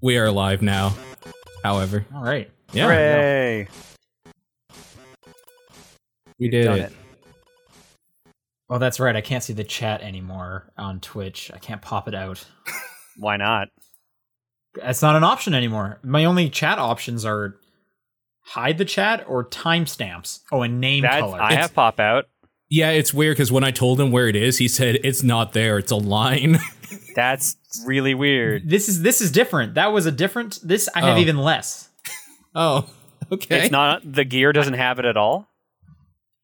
We are live now. However, All right. yeah, Hooray! we did Done it. it. Oh, that's right. I can't see the chat anymore on Twitch. I can't pop it out. Why not? That's not an option anymore. My only chat options are hide the chat or timestamps. Oh, and name That's, color. I It's- have pop out. Yeah, it's weird because when I told him where it is, he said it's not there. It's a line. That's really weird. this is this is different. That was a different. This I have Oh. even less. oh, okay. It's not the gear doesn't have it at all.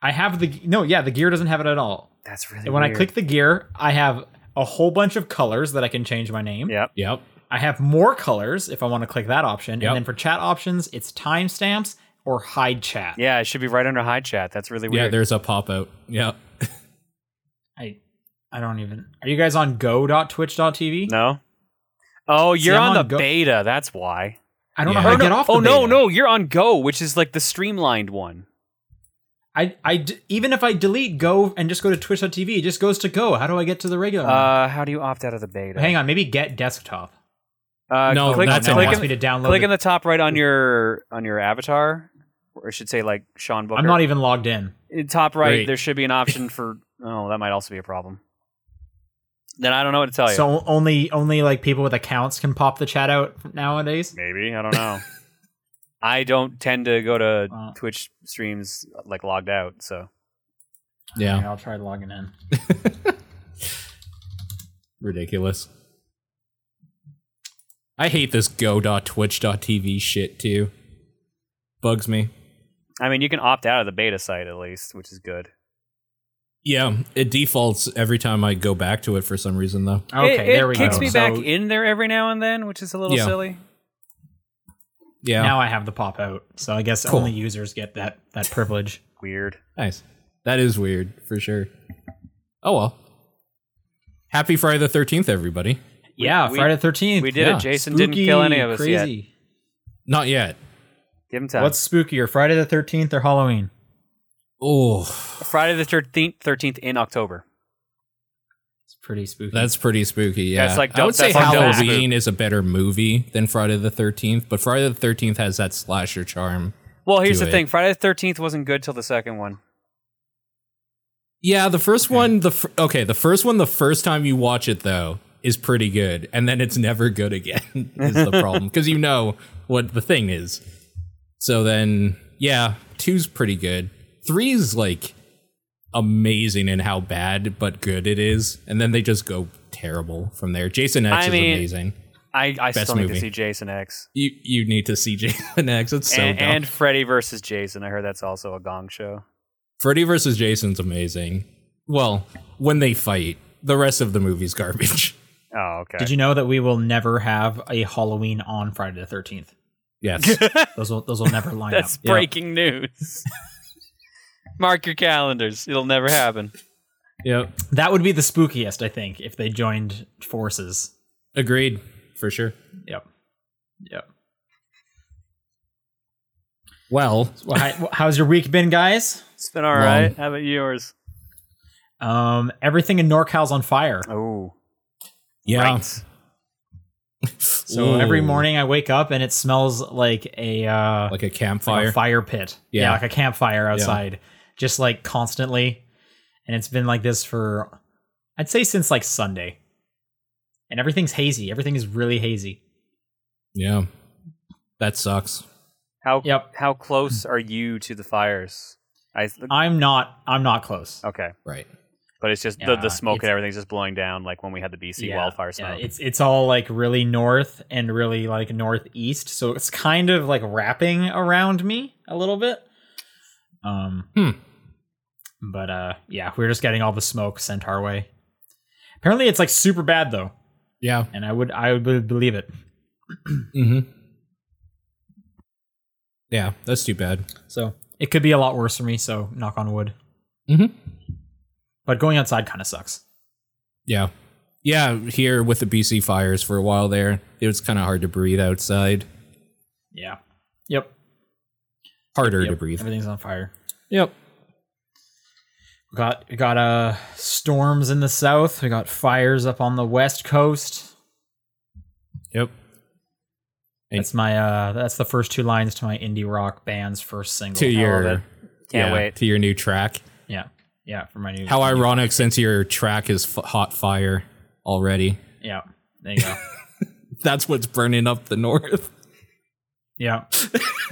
I have the no. Yeah, the gear doesn't have it at all. That's really And when I weird. click the gear, I have a whole bunch of colors that I can change my name. Yep. Yep. I have more colors if I want to click that option. Yep. And then for chat options, it's timestamps or hide chat. Yeah, it should be right under hide chat. That's really Yeah, weird. there's a pop out. Yep. I I don't even. Are you guys on go.twitch.tv? no. Oh, you're I'm on, on the Go- beta. That's why. I don't Yeah. know how Oh, to get off. The oh no, beta. no, you're on Go, which is like the streamlined one. I I d- even if I delete go and just go to twitch.tv, it just goes to go. How do I get to the regular? one? Uh, how do you opt out of the beta? Oh. Hang on, maybe get desktop. Uh, No, click, that's Now it click, an wants in, me to download. click in it. the top right on your on your avatar, or it should say like Sean Booker. I'm not even logged in. In top right, Great. there should be an option for. Oh, that might also be a problem. Then I don't know what to tell you. So only only like people with accounts can pop the chat out nowadays. Maybe I don't know. I don't tend to go to Uh. Twitch streams like logged out, so Yeah. I'll try logging in. Ridiculous. I hate this go.twitch.tv shit too. Bugs me. I mean you can opt out of the beta site at least, which is good. Yeah, it defaults every time I go back to it for some reason though. Okay, it, there we kicks go. me So back in there every now and then, which is a little Yeah. silly. Yeah. Now I have the pop out, so I guess Cool. only users get that that privilege. Weird. Nice. That is weird for sure. Oh well. Happy Friday the 13th everybody. yeah, we- Friday Thirteenth. We did Yeah. it. Jason didn't kill any of us yet. Crazy. Not yet. Give him time. What's spookier, Friday the Thirteenth or Halloween? Oh. Friday the thirteenth? Thirteenth in October. It's pretty spooky. That's pretty spooky. Yeah, That's like I dope- would say that's like dope Halloween is a better movie than Friday the Thirteenth, but Friday the Thirteenth has that slasher charm. Well, here's Do the it. thing. Friday the thirteenth wasn't good till the second one. Yeah, the first one, the fir- okay, the first one, the first time you watch it though is pretty good, and then it's never good again is the problem because you know what the thing is. So then, yeah, two's pretty good. Three's like amazing in how bad but good it is, and then they just go terrible from there. Jason X I is mean, amazing. I, I Best still need movie. to see Jason X. You you need to see Jason X. It's so and, dumb. and Freddy versus Jason. I heard that's also a gong show. Freddy versus Jason's amazing. Well, when they fight, the rest of the movie's garbage. Oh, okay. Did you know that we will never have a Halloween on Friday the Thirteenth? Yes. Those will those will never line up. That's Yeah. breaking news. Mark your calendars. It'll never happen. yep. That would be the spookiest, I think, if they joined forces. Agreed. For sure. Yep. Yep. Well, Well, hi, well, how's your week been, guys? It's been all Long. right. How about yours? Um, everything in NorCal's on fire. Oh, yeah. right. So Ooh. every morning I wake up and it smells like a uh, Like a like campfire. a fire pit. Yeah. Yeah. like a campfire outside, just like constantly. And it's been like this for, I'd say, since like Sunday. And everything's hazy. Everything is really hazy. yeah. That sucks. How Yep. how close are you to the fires? I I'm not. I'm not close. okay, Right. but it's just the, Yeah, the smoke and it's- everything's just blowing down like when we had the BC Yeah, wildfire yeah, smoke. it's it's all like really north and really like northeast, so it's kind of like wrapping around me a little bit. Um, Hmm. but uh, yeah, we're just getting all the smoke sent our way. Apparently, it's like super bad though, Yeah. and I would I would believe it. Mm-hmm. Yeah, that's too bad. So it could be a lot worse for me. So knock on wood. Mm-hmm. Mhm. But going outside kind of sucks. Yeah. Yeah, here with the BC fires for a while there, it was kind of hard to breathe outside. Yeah. Yep. Harder to Yep. breathe. Everything's on fire. Yep. We got we got uh storms in the south. We got fires up on the west coast. Yep. And- That's my uh that's the first two lines to my indie rock band's first single. to your it. Can't yeah, wait. to your new track. yeah. Yeah, for my new How ironic since your track is f- hot fire already. Yeah. There you go. That's what's burning up the north. yeah.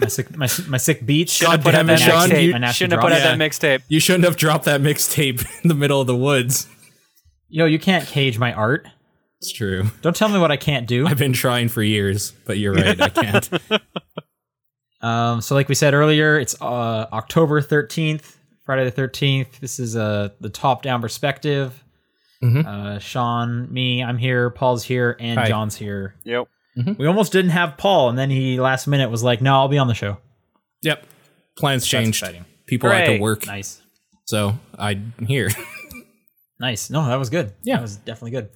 My sick my, my sick beats. God Put out damn it, that Sean, mixtape. you nasty Shouldn't have drop. put out Yeah. that mixtape. You shouldn't have dropped that mixtape in the middle of the woods. Yo, you can't cage my art. It's true. Don't tell me what I can't do. I've been trying for years, but you're right. I can't. Um, so like we said earlier, it's uh, October 13th, Friday the 13th. This is uh, the top-down perspective. Mhm. Uh, Sean, me, I'm here. Paul's here, and Hi. John's here. Yep. We almost didn't have Paul, and then he last minute was like, "No, I'll be on the show." yep. Plans changed. exciting. People like Hooray. to work. Nice, So I'm here. nice. No, that was good. Yeah. that was definitely good.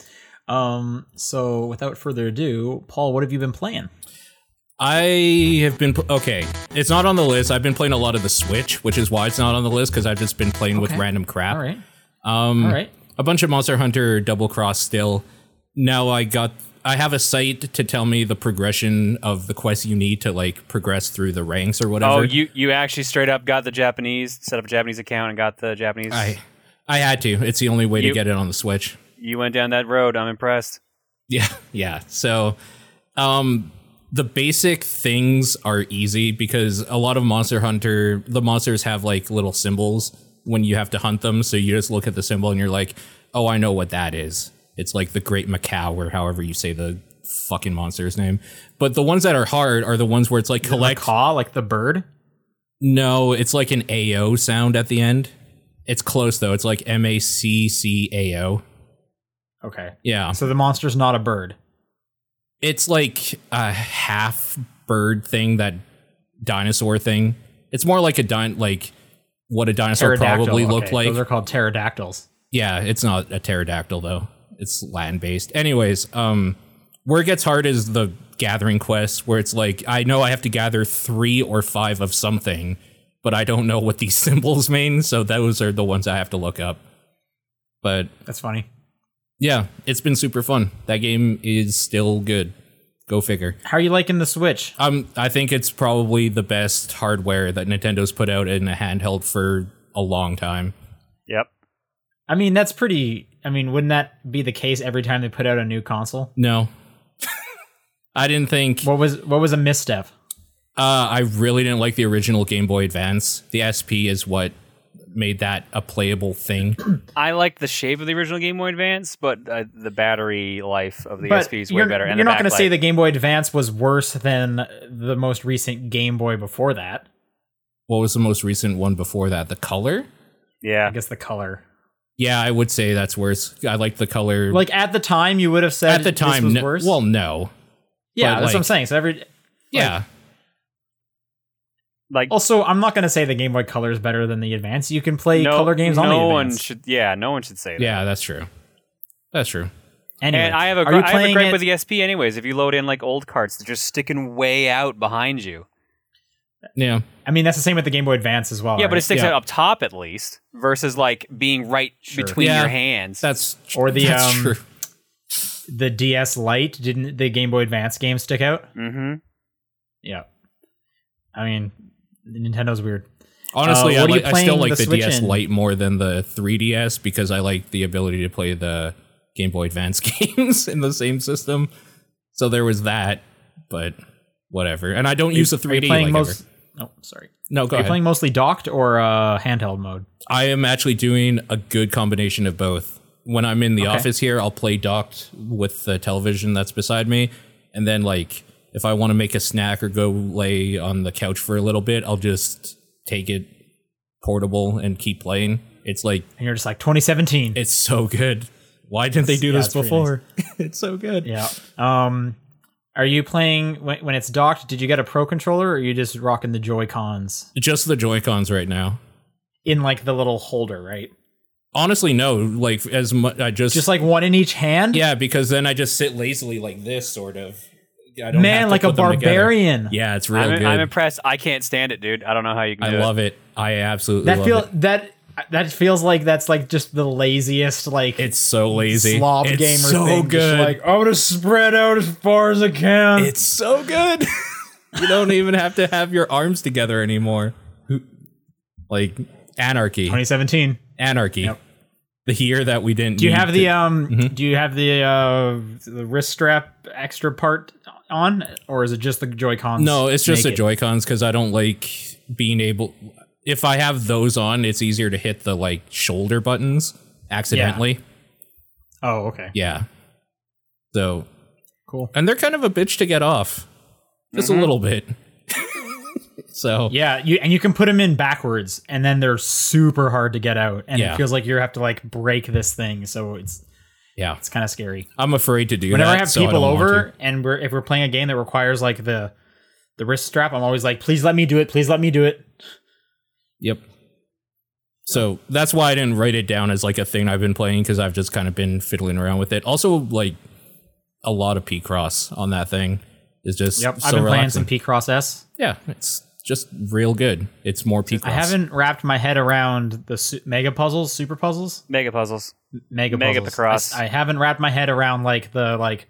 Um, so without further ado, Paul, what have you been playing? I have been pl- okay. It's not on the list. I've been playing a lot of the Switch, which is why it's not on the list because I've just been playing with Okay. random crap. All right, Um, all right. a bunch of Monster Hunter Double Cross still. Now I got I have a site to tell me the progression of the quests you need to like progress through the ranks or whatever. Oh, you you actually straight up got the Japanese, set up a Japanese account and got the Japanese. I I had to. It's the only way to You- get it on the Switch. You went down that road. I'm impressed. Yeah, yeah. So, um, the basic things are easy because a lot of Monster Hunter, the monsters have like little symbols when you have to hunt them. So you just look at the symbol and you're like, oh, I know what that is. It's like the Great Macau or however you say the fucking monster's name. But the ones that are hard are the ones where it's like collect. Macaw, like the bird. No, it's like an AO sound at the end. It's close though. It's like M A C C A O. Okay, Yeah. so the monster's not a bird. it's like a half bird thing that dinosaur thing it's more like a din like what a dinosaur Pterodactyl. probably looked okay, like those are called pterodactyls. yeah it's not a pterodactyl though it's latin based anyways um where it gets hard is the gathering quest where it's like i know i have to gather three or five of something but i don't know what these symbols mean so those are the ones i have to look up but That's funny. yeah it's been super fun that game is still good go figure How are you liking the Switch? Um, I think it's probably the best hardware that Nintendo's put out in a handheld for a long time. Yep. I mean, that's pretty. I mean, wouldn't that be the case every time they put out a new console? No, I didn't think. Uh, What was what was a misstep? I really didn't like the original Game Boy Advance. The SP is what made that a playable thing. I like the shape of the original Game Boy Advance, but uh, the battery life of the SP is way you're, better. And you're the not going to say backlight. the Game Boy Advance was worse than the most recent Game Boy before that. What was the most recent one before that? The color. I Yeah. guess the color. Yeah, I would say that's worse. I like the color. Like at the time, you would have said at the time, this was no- worse. well, no. yeah, but, that's what I'm like- saying. So every Yeah, Like also, I'm not going to say the Game Boy Color is better than the Advance. You can play no, color games no on the Advance. one should. Yeah, no one should say that. yeah, that's true. That's true. Anyway, And I have a are you gri- I have a playing gripe it- with the SP anyways. If you load in like old carts, they're just sticking way out behind you. Yeah. I mean, that's the same with the Game Boy Advance as well. yeah, but it right? sticks Yeah. out up top at least versus like being right Sure. between Yeah. your hands. That's Or the, that's um, true. the DS Lite didn't the Game Boy Advance game stick out? mm-hmm. Yeah. I mean, Nintendo's weird. Honestly, Uh, I, what are you like, I still playing like the the, Switch DS in? Lite more than the 3DS because I like the ability to play the Game Boy Advance games in the same system. So there was that, but whatever. And I don't use the Are you 3D. playing Like most? ever. Oh, sorry. No, go Are you ahead. playing mostly docked or uh, handheld mode? I am actually doing a good combination of both. When I'm in the Okay. office here, I'll play docked with the television that's beside me, and then like if I want to make a snack or go lay on the couch for a little bit, I'll just take it portable and keep playing. It's like And you're just like 2017. It's so good. Why didn't they do yeah, this it's pretty before? it's so good. yeah. Um, are you playing when, when it's docked? Did you get a pro controller or are you just rocking the Joy Cons Just the Joy Cons right now. in like the little holder, right? Honestly, no. Like as much, I just, Just like one in each hand. yeah, because then I just sit lazily like this, sort of. I don't have Man, to like a put them together. barbarian. Yeah, it's real I'm, good. I'm impressed. I can't stand it, dude. I don't know how you can. I do love it. I absolutely That love feel it. that that feels like that's like just the laziest like It's so lazy. slob it's gamer so thing. Just good. like I'm gonna spread out as far as I can. it's so good. you don't even have to have your arms together anymore. Who- Like anarchy. 2017. Anarchy. Yep. The year that we didn't. Do you need have to- the um? Do you have the uh the wrist strap extra part on, or is it just the Joy Cons? No, it's just the naked? Joy Cons because I don't like being able. If I have those on, it's easier to hit the like shoulder buttons accidentally. Oh, okay, Yeah. So, cool. and they're kind of a bitch to get off, just Mm-hmm. a little bit. so Yeah, you and you can put them in backwards, and then they're super hard to get out, and Yeah. it feels like you have to like break this thing, so it's yeah, it's kind of scary. I'm afraid to do. Whenever that, I have so people don't want over, and we're if we're playing a game that requires like the the wrist strap, I'm always like, please let me do it, please let me do it. to. yep. So that's why I didn't write it down as like a thing I've been playing because I've just kind of been fiddling around with it. Also, like a lot of P cross on that thing is just Yep, so I've been playing relaxing. some P Cross S. Yeah, it's just real good. It's more peak. I haven't wrapped my head around the su- mega puzzles, super puzzles. Mega puzzles. mega Mega puzzles. Picross. I, I haven't wrapped my head around like the like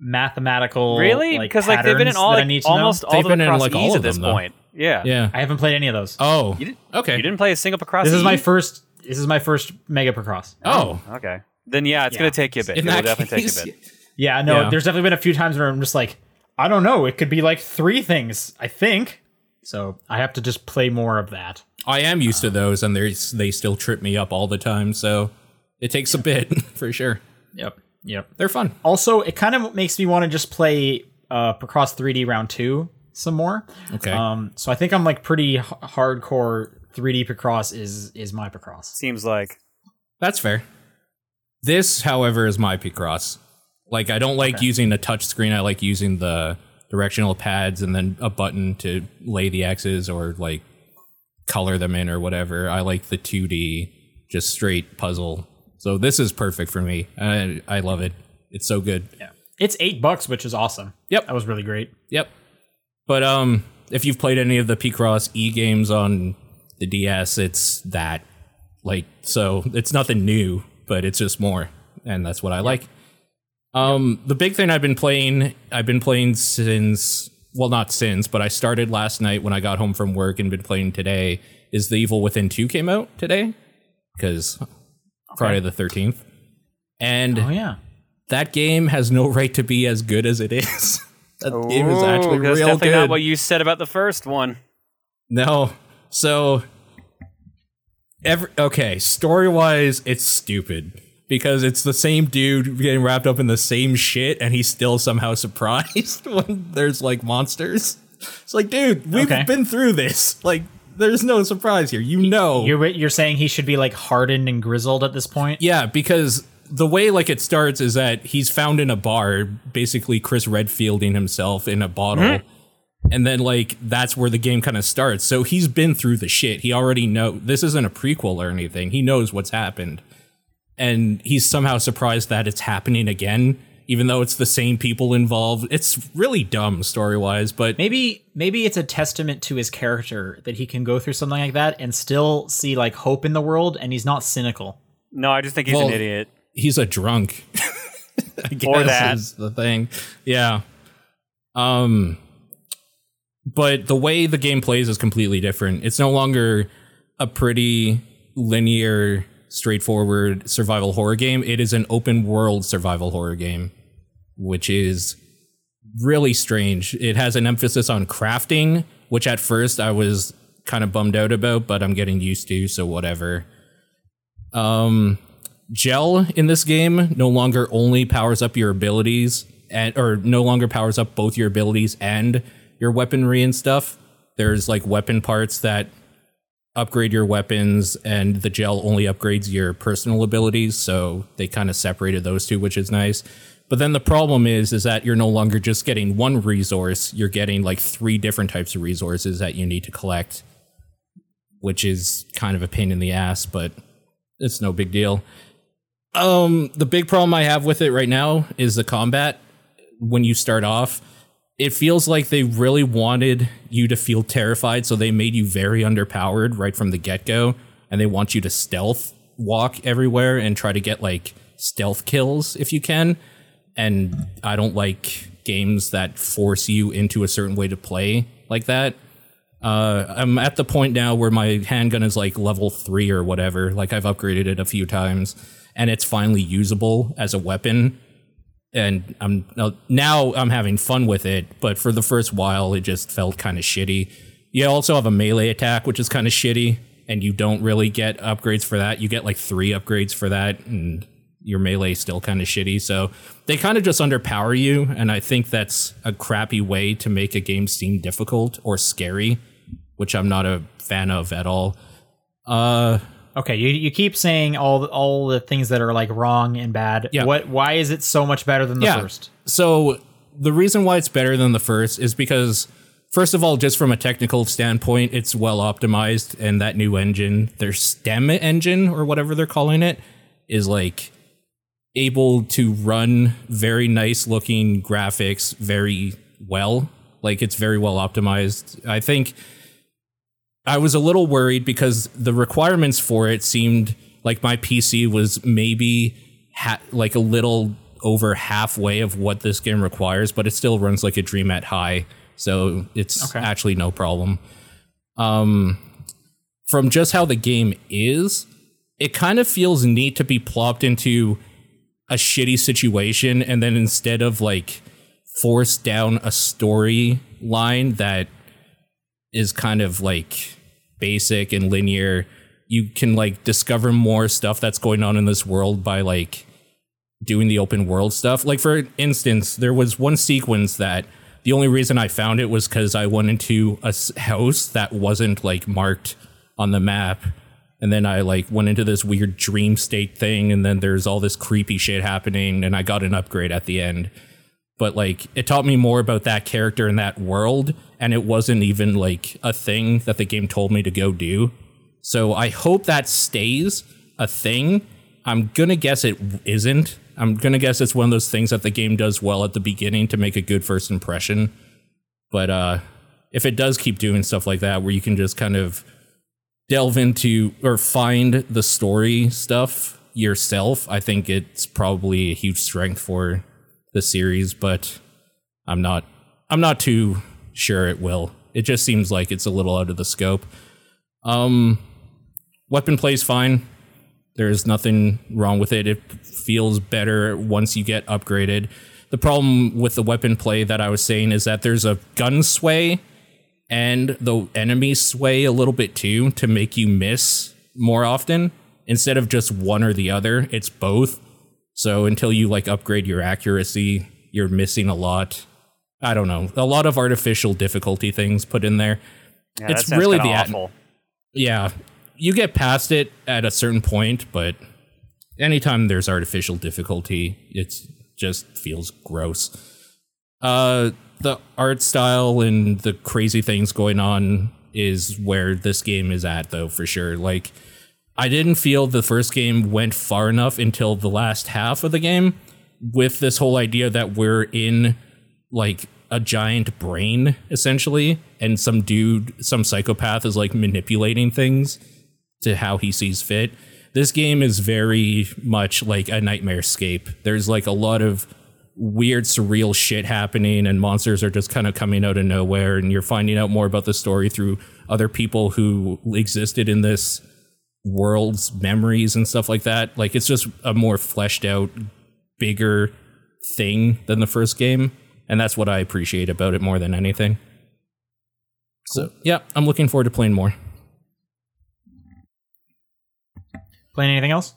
mathematical Really? like, Because like, they've been in patterns all that like, I need to know. almost all They've the been in, cross like, E's all at of this them, though. point. Yeah. Yeah. I haven't played any of those. oh. You didn't- okay. You didn't play a single Picross. this is my E? first. This is my first mega Picross. oh. Okay. Then yeah, it's Yeah. gonna take you a bit. In It'll that definitely case, take you a bit. Yeah, no. Yeah. There's definitely been a few times where I'm just like, I don't know. It could be like three things. I think. So I have to just play more of that. I am used to those, and they they still trip me up all the time. So it takes a bit for sure. Yep. Yep. They're fun. Also, it kind of makes me want to just play uh, Picross 3D Round Two some more. Okay. Um, so I think I'm like pretty h- hardcore 3D Picross is is my Picross. Seems like That's fair. This, however, is my Picross. Like I don't like using a touch screen. I like using the directional pads and then a button to lay the X's or like color them in or whatever. I like the 2D just straight puzzle. So this is perfect for me. I I love it. It's so good. Yeah. It's eight bucks, which is awesome. Yep. That was really great. Yep. But um, if you've played any of the P-Cross E games on the DS, it's that. Like, so it's nothing new, but it's just more, and that's what I like. Um, the big thing I've been playing, I've been playing since, well, not since, but I started last night when I got home from work and been playing today. Is The Evil Within Two came out today? Because Friday the Thirteenth, and Oh yeah. that game has no right to be as good as it is. that game is Ooh, actually 'cause that's real definitely good. not what you said about the first one. no, so every okay story wise, it's stupid because it's the same dude getting wrapped up in the same shit, and he's still somehow surprised when there's like monsters. It's like, dude, we've Okay. been through this. Like, there's no surprise here. You know, You're you're saying he should be like hardened and grizzled at this point? Yeah, because the way like it starts is that he's found in a bar, basically Chris Redfielding himself in a bottle. And then like that's where the game kind of starts. So he's been through the shit. He already know this isn't a prequel or anything. He knows what's happened. And he's somehow surprised that it's happening again, even though it's the same people involved. It's really dumb story wise, but Maybe maybe it's a testament to his character that he can go through something like that and still see like hope in the world and he's not cynical. No, I just think he's Well, an idiot. he's a drunk. I guess Or that. is the thing. Yeah. Um but the way the game plays is completely different. It's no longer a pretty linear, straightforward survival horror game. It is an open world survival horror game, which is really strange. It has an emphasis on crafting, which at first I was kind of bummed out about, but I'm getting used to, so whatever. Um, gel in this game no longer only powers up your abilities and or no longer powers up both your abilities and your weaponry and stuff. There's like weapon parts that upgrade your weapons and the gel only upgrades your personal abilities, so they kind of separated those two, which is nice. But then the problem is is that you're no longer just getting one resource, you're getting like three different types of resources that you need to collect, which is kind of a pain in the ass, but it's no big deal. Um, the big problem I have with it right now is the combat. When you start off, it feels like they really wanted you to feel terrified, so they made you very underpowered right from the get go, and and they want you to stealth walk everywhere and try to get like stealth kills if you can. And I don't like games that force you into a certain way to play like that. Uh, I'm at the point now where my handgun is like level three or whatever. Like I've upgraded it a few times, and it's finally usable as a weapon. And I'm uh, now I'm having fun with it, but for the first while, it just felt kind of shitty. You also have a melee attack, which is kind of shitty, and you don't really get upgrades for that. You get like three upgrades for that, and your melee still kind of shitty. So they kind of just underpower you, and I think that's a crappy way to make a game seem difficult or scary, which I'm not a fan of at all. Uh, Okay, you, you keep saying all the, all the things that are like wrong and bad. Yeah. What? Why is it so much better than the Yeah. first? so the reason why it's better than the first is because first of all just from a technical standpoint it's well optimized and that new engine their stem engine or whatever they're calling it is like able to run very nice looking graphics very well like it's very well optimized i think I was a little worried because the requirements for it seemed like my PC was maybe ha- like a little over halfway of what this game requires, but it still runs like a dream at high. So it's Okay. actually no problem. Um, from just how the game is, it kind of feels neat to be plopped into a shitty situation and then instead of like forced down a story line that is kind of like basic and linear. You can like discover more stuff that's going on in this world by like doing the open world stuff. Like for instance, there was one sequence that the only reason I found it was because I went into a s- house that wasn't like marked on the map, and then I like went into this weird dream state thing, and then there's all this creepy shit happening, and I got an upgrade at the end but like it taught me more about that character and that world and it wasn't even like a thing that the game told me to go do so i hope that stays a thing i'm gonna guess it isn't i'm gonna guess it's one of those things that the game does well at the beginning to make a good first impression but uh if it does keep doing stuff like that where you can just kind of delve into or find the story stuff yourself i think it's probably a huge strength for the series, but I'm not I'm not too sure it will. It just seems like it's a little out of the scope. Um weapon plays fine. There's nothing wrong with it. It feels better once you get upgraded. The problem with the weapon play that I was saying is that there's a gun sway and the enemies sway a little bit too to make you miss more often instead of just one or the other it's both so until you like upgrade your accuracy you're missing a lot i don't know a lot of artificial difficulty things put in there Yeah, It's that sounds really kinda the at- awful. yeah you get past it at a certain point but anytime there's artificial difficulty it's just feels gross uh the art style and the crazy things going on is where this game is at though for sure like i didn't feel the first game went far enough until the last half of the game with this whole idea that we're in like a giant brain essentially and some dude some psychopath is like manipulating things to how he sees fit this game is very much like a nightmare scape there's like a lot of weird surreal shit happening and monsters are just kind of coming out of nowhere and you're finding out more about the story through other people who existed in this world's memories and stuff like that like it's just a more fleshed out bigger thing than the first game, and that's what I appreciate about it more than anything. So yeah, I'm looking forward to playing more. Playing anything else?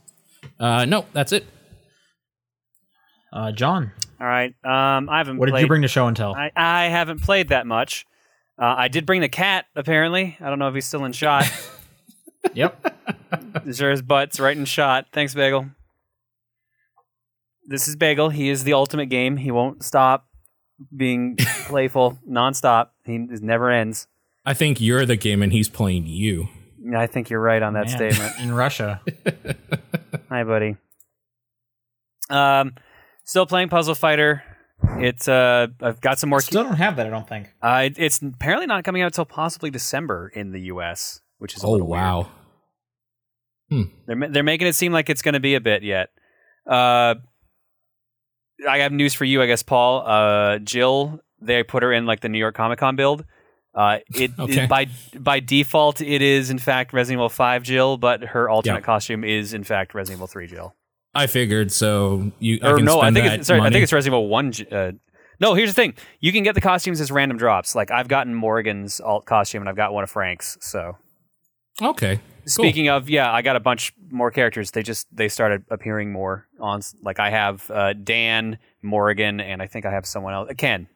Uh, no, that's it. Uh, John, All right. Um, I haven't what did played. you bring to show and tell? I, I haven't played that much. Uh, I did bring the cat. Apparently, I don't know if he's still in shot. yep. sure, his butt's right in shot. Thanks, Bagel. This is Bagel. He is the ultimate game. He won't stop being playful nonstop. He it never ends. I think you're the game and he's playing you. Yeah, I think you're right on that Man, statement. In Russia. Hi, buddy. Um, still playing Puzzle Fighter. It's uh, I've got some more. Still don't have that, I don't think. uh, it- it's apparently not coming out until possibly December in the U.S., which is a oh little weird. wow, Hmm. They're ma- they're making it seem like it's going to be a bit yet. Uh, I have news for you, I guess, Paul. Uh, Jill, they put her in like the New York Comic Con build. Uh, it, Okay. it- by by default, it is in fact Resident Evil Five Jill, but her Yeah. alternate costume is in fact Resident Evil Three Jill. I figured so. You I or can no, I spend think that it's, sorry, I money. think it's Resident Evil One. J- Uh, no, here's the thing: you can get the costumes as random drops. Like I've gotten Morgan's alt costume, and I've got one of Frank's. So okay. Speaking of, yeah, I got a bunch more characters. They just they started appearing more on. Like I have uh, Dan Morgan, and I think I have someone else, Ken.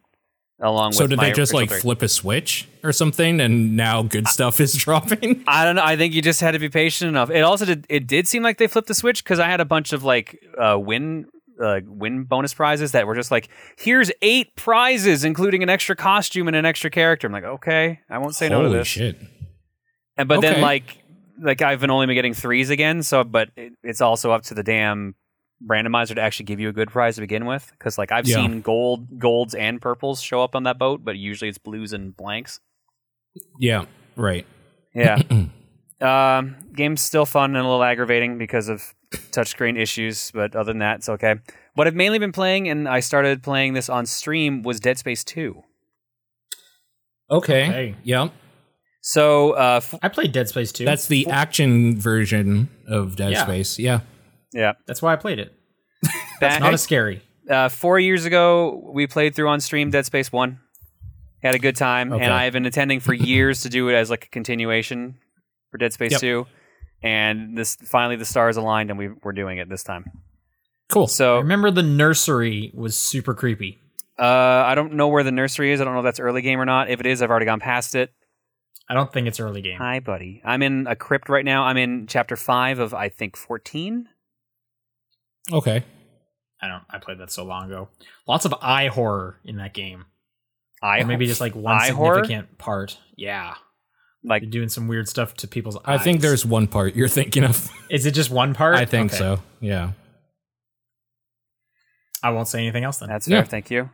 Along So with did my they just original like three. flip a switch or something, and now good stuff is dropping? I don't know. I think you just had to be patient enough. It also did. It did seem like they flipped the switch because I had a bunch of like uh, win. Uh, win bonus prizes that were just like here's eight prizes including an extra costume and an extra character i'm like okay i won't say no to Holy this shit! And but then Okay. like like I've been only been getting threes again. So but it, it's also up to the damn randomizer to actually give you a good prize to begin with. Because like I've Yeah. seen gold, golds, and purples show up on that boat, but usually it's blues and blanks. Yeah, right. Yeah. um, game's still fun and a little aggravating because of touchscreen issues, but other than that, it's okay. What I've mainly been playing, and I started playing this on stream, was Dead Space Two. Okay. Okay. Yeah, So uh, f- I played Dead Space 2. that's the action version of Dead Yeah. Space. Yeah. yeah, That's why I played it. back, Not as scary. uh, four years ago, we played through on stream Dead Space One. Had a good time, Okay. and I have been intending for years to do it as like a continuation for Dead Space Yep. Two. And this finally the stars aligned, and we we're doing it this time. Cool. I So remember the nursery was super creepy. uh, I don't know where the nursery is. I don't know if that's early game or not. If it is, I've already gone past it. I don't think it's early game. Hi, buddy. I'm in a crypt right now. I'm in chapter five of I think fourteen. okay. I don't. I played that so long ago. Lots of eye horror in that game. I Or maybe just like one eye horror? significant part. Yeah, like you're doing some weird stuff to people's I eyes. think there's one part you're thinking of. Is it just one part? I think Okay. so. Yeah. I won't say anything else then. That's fair. Yeah. Thank you.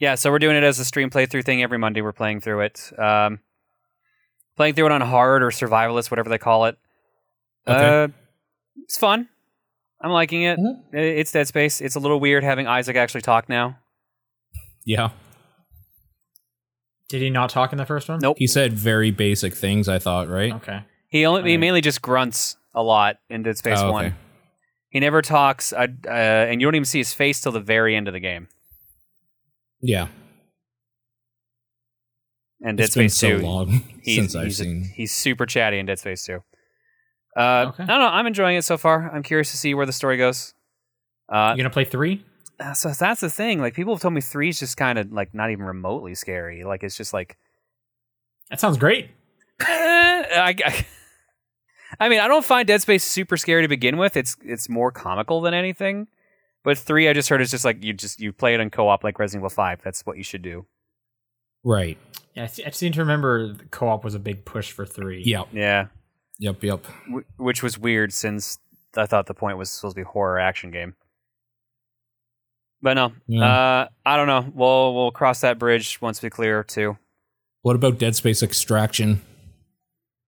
Yeah, so we're doing it as a stream playthrough thing every Monday. We're playing through it, um, playing through it on hard or survivalist, whatever they call it. Okay. Uh, it's fun. I'm liking it. Mhm. I- It's Dead Space. It's a little weird having Isaac actually talk now. Yeah. Did he not talk in the first one? Nope. He said very basic things, I thought, right? Oh, Okay. He only he Alright. mainly just grunts a lot in Dead Space Oh, okay. One. He never talks, I, uh, and you don't even see his face till the very end of the game. Yeah. And Dead It's been Space so Two, long he's, since I've he's a- seen. he's super chatty in Dead Space 2. Uh, Okay. I don't know. I'm enjoying it so far. I'm curious to see where the story goes. Uh, you gonna play three? so that's the thing. Like people have told me three is just kind of like not even remotely scary. Like it's just like That sounds great. eh, I, I, I mean, I don't find Dead Space super scary to begin with. It's it's more comical than anything. But three, I just heard is just like you just you play it in co-op like Resident Evil Five. That's what you should do. Right. Yeah, I, se- I seem to remember the co-op was a big push for three. Yep. Yeah, Yep. Yep. Wh- which was weird since I thought the point was supposed to be a horror action game. But no, Yeah. uh, I don't know. We'll we'll cross that bridge once we clear too. What about Dead Space Extraction?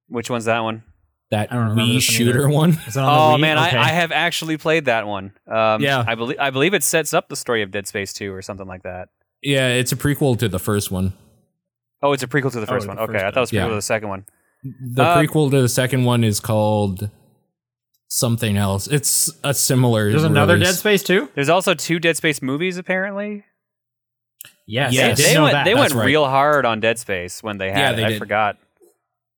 Which one's that one? That I don't remember Wii this one either. shooter one? Is it on Oh the Wii? man, Okay. I, I have actually played that one. Um, Yeah. I believe I believe it sets up the story of Dead Space Two or something like that. Yeah, it's a prequel to the first one. Oh, it's a prequel to Oh, the first the one. first okay, I thought it was a prequel one. to the second one. The Uh, prequel to the second one is called something else. It's a similar. There's another Dead release. Space too. There's also two Dead Space movies apparently. Yes, Yes. I They, did they know went that. they That's went right. real hard on Dead Space when they had Yeah, it. they I did. forgot.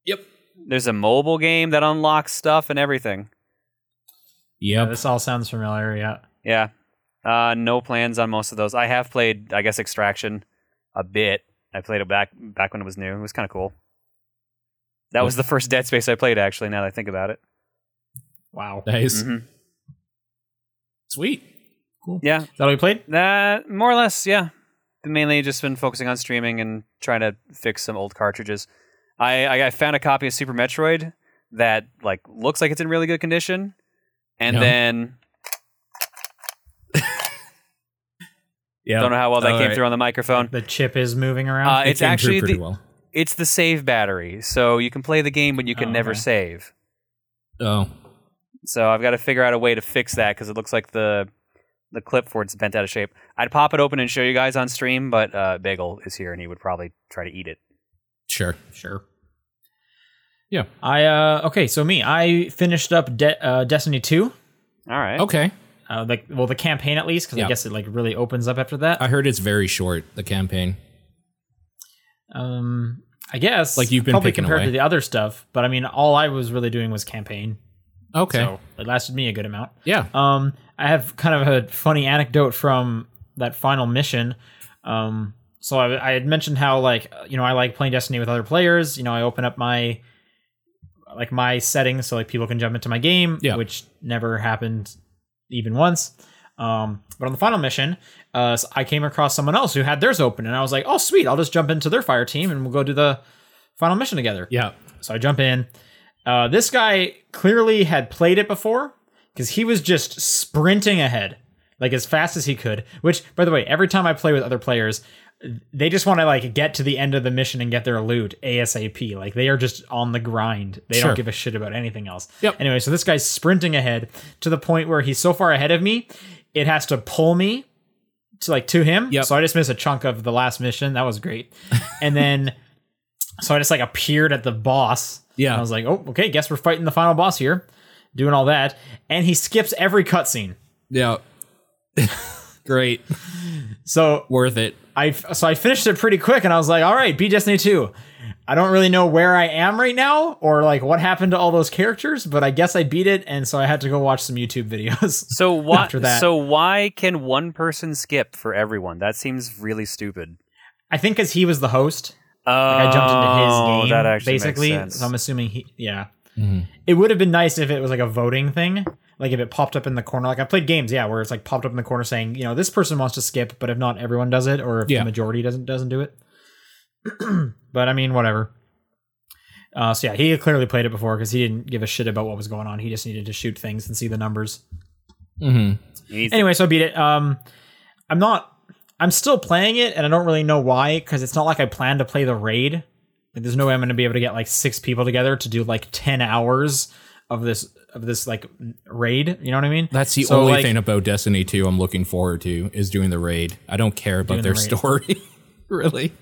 Yep. There's a mobile game that unlocks stuff and everything. Yeah, Yep. this all sounds familiar. Yeah. Yeah. Uh, no plans on most of those. I have played, I guess, Extraction a bit. I played it back back when it was new. It was kind of cool. That was the first Dead Space I played, actually. Now that I think about it. Wow. Nice. Is Mhm. Sweet. Yeah, that all we played? that more or less. Yeah, mainly just been focusing on streaming and trying to fix some old cartridges. I I, I found a copy of Super Metroid that like looks like it's in really good condition, and Yeah. then Yeah. don't know how well that All came right. through on the microphone. The chip is moving around. Uh, It it's came through actually pretty the, well. it's the save battery, so you can play the game, but you can Oh, never okay. save. Oh, So I've got to figure out a way to fix that because it looks like the the clip for it's bent out of shape. I'd pop it open and show you guys on stream, but uh, Bagel is here and he would probably try to eat it. Sure. Sure. Yeah. I uh okay, so me, I finished up De- uh, Destiny 2. All right. Okay. Uh the well the campaign at least cuz Yeah. I guess it like really opens up after that. I heard it's very short, the campaign. um I guess Like, you've been probably picking compared away. to the other stuff, but I mean all I was really doing was campaign. Okay. So it lasted me a good amount. yeah. Um, I have kind of a funny anecdote from that final mission. Um, so I, I had mentioned how like you know I like playing Destiny with other players. You know I open up my like my settings so like people can jump into my game, Yeah. which never happened even once. Um, but on the final mission, uh, I came across someone else who had theirs open, and I was like, "Oh, sweet! I'll just jump into their fire team, and we'll go do the final mission together." yeah. So I jump in. Uh, this guy clearly had played it before because he was just sprinting ahead, like as fast as he could. Which, by the way, every time I play with other players, they just want to like get to the end of the mission and get their loot ASAP. Like they are just on the grind. They Sure. don't give a shit about anything else. Yep. Anyway, so this guy's sprinting ahead to the point where he's so far ahead of me, it has to pull me to like to him. Yep. So I just missed a chunk of the last mission. That was great. And then so I just like appeared at the boss. Yeah. And I was like, oh, okay, guess we're fighting the final boss here. Doing all that. And he skips every cutscene. Yeah. Great. So Worth it. I so I finished it pretty quick and I was like, all right, be Destiny 2. I don't really know where I am right now or like what happened to all those characters, but I guess I beat it and so I had to go watch some YouTube videos. So why? After that. So why can one person skip for everyone? That seems really stupid. I think cuz he was the host, Oh, I jumped into his game that actually makes basically. sense. So I'm assuming he yeah. It would have been nice if it was like a voting thing. Like if it popped up in the corner. Like I played games, yeah, where it's like popped up in the corner saying, you know, this person wants to skip, but if not everyone does it or if Yeah. the majority doesn't doesn't do it. but I mean, whatever. Uh, so yeah, he had clearly played it before because he didn't give a shit about what was going on. He just needed to shoot things and see the numbers. Mm-hmm. He needs- Anyway, so I beat it. Um, I'm not. I'm still playing it, and I don't really know why because it's not like I plan to play the raid. Like, there's no way I'm going to be able to get like six people together to do like ten hours of this of this like raid. You know what I mean? That's the So, only like- thing about Destiny 2 I'm looking forward to is doing the raid. I don't care about Doing their the raid. story, really.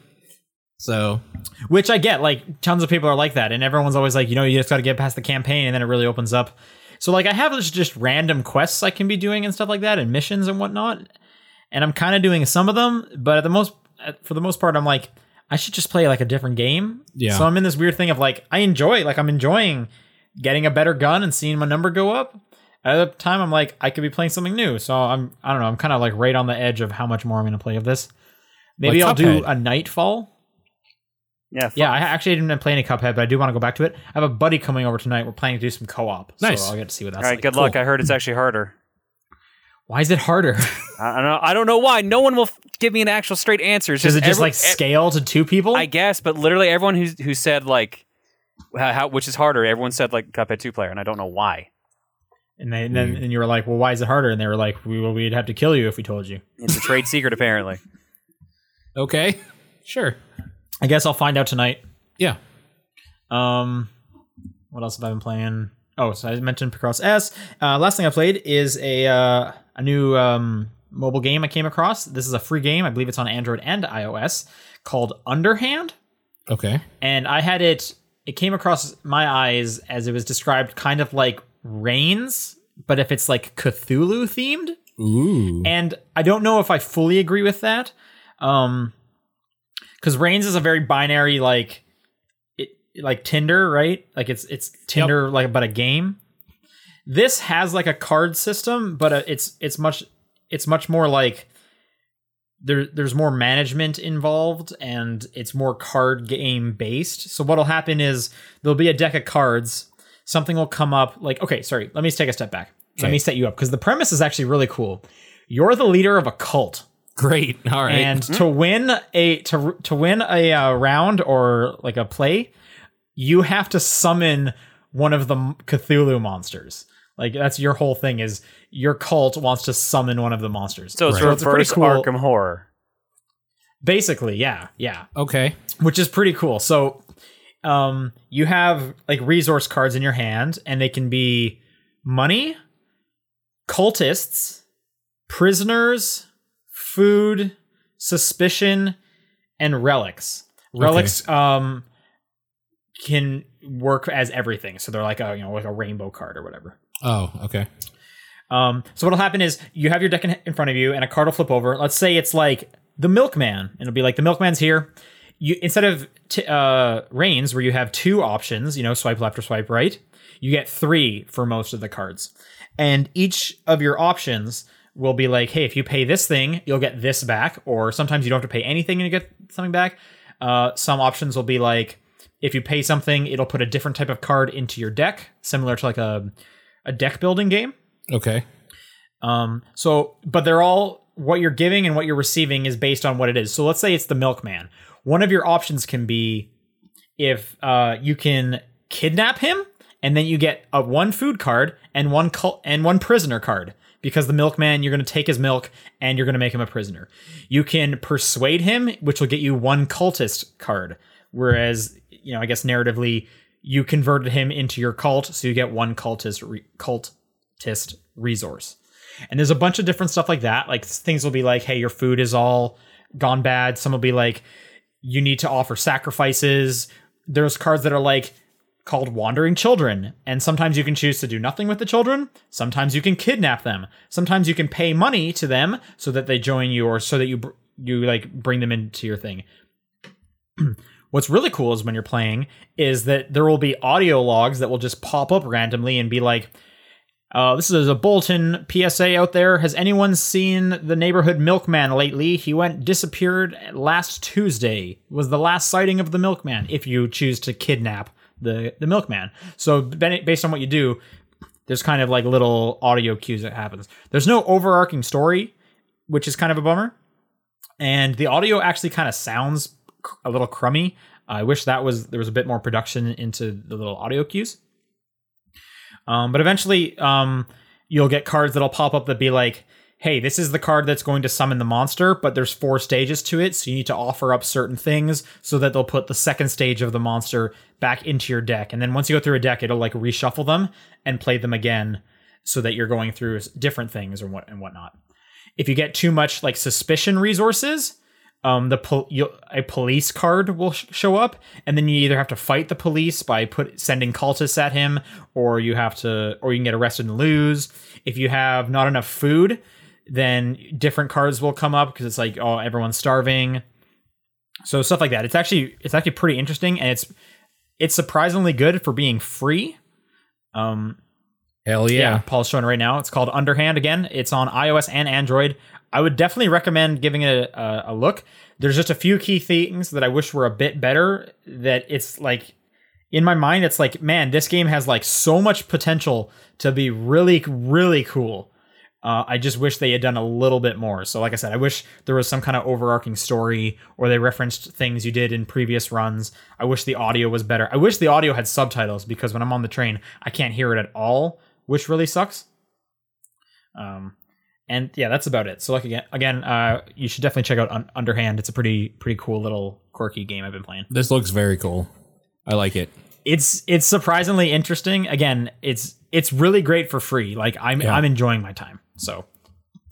So, Which I get, like tons of people are like that, and everyone's always like, you know, you just got to get past the campaign, and then it really opens up. So like I have this just random quests I can be doing and stuff like that, and missions and whatnot, and I'm kind of doing some of them, but at the most, at- for the most part, I'm like, I should just play like a different game. Yeah. So I'm in this weird thing of like, I enjoy, like I'm enjoying getting a better gun and seeing my number go up. At the time, I'm like, I could be playing something new. So I'm, I don't know, I'm kind of like right on the edge of how much more I'm going to play of this. Maybe Like I'll do Cuphead. a Nightfall. yeah, fuck Yeah, I actually didn't play any Cuphead, but I do want to go back to it. I have a buddy coming over tonight. We're planning to do some co-op. Nice. So I'll get to see what that's All right, like. good luck. I heard it's actually harder. Why is it harder? I I don't know. I don't know why. No one will f- give me an actual straight answer. It's Does it just everyone- like scale to two people? e- I guess, but literally everyone who who said like how, how which is harder, everyone said like Cuphead two player, and I don't know why. and, they, and Hmm. then and you were like, "Well, why is it harder?" And they were like, "We well, we'd have to kill you if we told you." It's a trade secret apparently. okay. Sure. I guess I'll find out tonight. Yeah. Um, what else have I been playing? Oh, so I mentioned Picross S. Uh, last thing I played is a uh, a new um, mobile game I came across. This is a free game. I believe it's on Android and iOS called Underhand. Okay. and I had it. It came across my eyes as it was described, kind of like rains, but if it's like Cthulhu themed. Ooh. And I don't know if I fully agree with that, um, because rains is a very binary like, it, like Tinder, right? Like it's it's Tinder like but a game. This has like a card system, but uh it's it's much it's much more like there there's more management involved and it's more card game based. So what'll happen is there'll be a deck of cards. Something will come up like okay, sorry, let me take a step back. Let Okay. me set you up because the premise is actually really cool. You're the leader of a cult Great. All right. and Mm-hmm. to win a to to win a uh, round or like a play, you have to summon one of the m- Cthulhu monsters. Like that's your whole thing is your cult wants to summon one of the monsters. So it's Right. So it's a reverse pretty cool- Arkham horror. Basically, yeah, yeah, okay. which is pretty cool. So, um, you have like resource cards in your hand, and they can be money, cultists, prisoners, food, suspicion, and relics. Relics um can work as everything. So they're like a you know like a rainbow card or whatever. Oh, okay. Um, so what'll happen is you have your deck in, in front of you, and a card will flip over. Let's say it's like the Milkman, and it'll be like the Milkman's here. You instead of t- uh, Reigns, where you have two options, you know, swipe left or swipe right, you get three for most of the cards, and each of your options will be like, hey, if you pay this thing, you'll get this back, or sometimes you don't have to pay anything and you get something back. Uh, some options will be like, if you pay something, it'll put a different type of card into your deck, similar to like a a deck building game. Okay. Um, so, but they're all what you're giving and what you're receiving is based on what it is. So let's say it's the milkman. One of your options can be if uh, you can kidnap him, and then you get a one food card and one cult and one prisoner card because the milkman you're going to take his milk and you're going to make him a prisoner. You can persuade him, which will get you one cultist card. Whereas, you know, I guess narratively, you converted him into your cult, so you get one cultist re- cultist resource. And there's a bunch of different stuff like that. Like things will be like, hey, your food is all gone bad. Some will be like, you need to offer sacrifices. There's cards that are like called wandering children. And sometimes you can choose to do nothing with the children. Sometimes you can kidnap them. Sometimes you can pay money to them so that they join you or so that you br- you like bring them into your thing. What's really cool is when you're playing is that there will be audio logs that will just pop up randomly and be like, uh, this is a bulletin PSA out there. Has anyone seen the neighborhood milkman lately? He went disappeared last Tuesday. Was the last sighting of the milkman. If you choose to kidnap the the milkman, so ben- based on what you do, there's kind of like little audio cues that happens. There's no overarching story, which is kind of a bummer, and the audio actually kind of sounds cr- a little crummy. I wish that was there was a bit more production into the little audio cues. Um, but eventually, um, you'll get cards that'll pop up that be like, "Hey, this is the card that's going to summon the monster, but there's four stages to it, so you need to offer up certain things so that they'll put the second stage of the monster back into your deck. And then once you go through a deck, it'll like reshuffle them and play them again, so that you're going through s- different things and what and whatnot. If you get too much like suspicion resources, um, the pol- you'll, a police card will sh- show up, and then you either have to fight the police by put sending cultists at him, or you have to, or you can get arrested and lose. If you have not enough food, then different cards will come up because it's like, oh, everyone's starving, so stuff like that. It's actually it's actually pretty interesting, and it's it's surprisingly good for being free. Um, Hell yeah. yeah. Paul's showing right now. It's called Underhand. Again, it's on iOS and Android. I would definitely recommend giving it a, a, a look. There's just a few key things that I wish were a bit better. That it's like, in my mind, it's like, man, this game has like so much potential to be really, really cool. Uh, I just wish they had done a little bit more. So, like I said, I wish there was some kind of overarching story or they referenced things you did in previous runs. I wish the audio was better. I wish the audio had subtitles because when I'm on the train, I can't hear it at all, which really sucks. Um, and yeah, that's about it. So, like again, again, uh, you should definitely check out Un- Underhand. It's a pretty, pretty cool little quirky game I've been playing This looks very cool. I like it. it's it's surprisingly interesting. Again, it's it's really great for free. Like I'm Yeah. I'm enjoying my time. So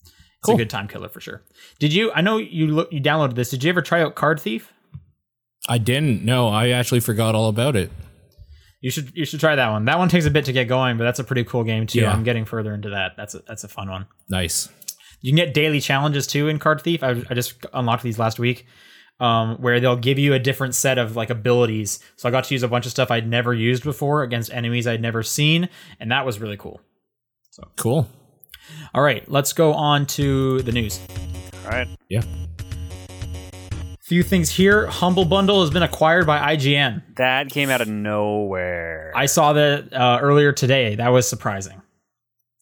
it's a Cool. good time killer for sure. Did you I know you look you downloaded this. Did you ever try out Card Thief? I didn't. No, I actually forgot all about it. You should you should try that one. That one takes a bit to get going, but that's a pretty cool game too. Yeah. I'm getting further into that. That's a, that's a fun one. Nice. You can get daily challenges too in Card Thief. I, I just unlocked these last week, um, where they'll give you a different set of like abilities. So I got to use a bunch of stuff I'd never used before against enemies I'd never seen, and that was really cool. Cool. All right, let's go on to the news. All right. Yeah. Few things here. Humble Bundle has been acquired by IGN. That came out of nowhere. I saw that uh, earlier today. That was surprising.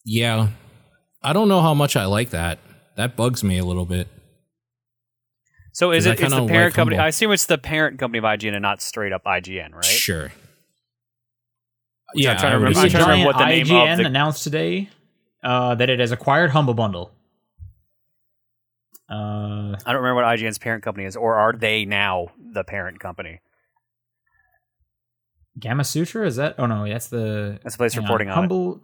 Yeah. I don't know how much I like that. That bugs me a little bit. so Is is it that it's the kinda parent like company? Humble? I assume it's the parent company of IGN and not straight up IGN, right? Sure. Which I'm trying to I would It remember- I'm was a assume. trying to remember giant what the name IGN of the- announced today uh, that it has acquired Humble Bundle. Uh, I don't remember what IGN's parent company is, or are they now the parent company? Gamma Sutra is that? Oh no, that's the That's the place hang on. reporting on it. Humble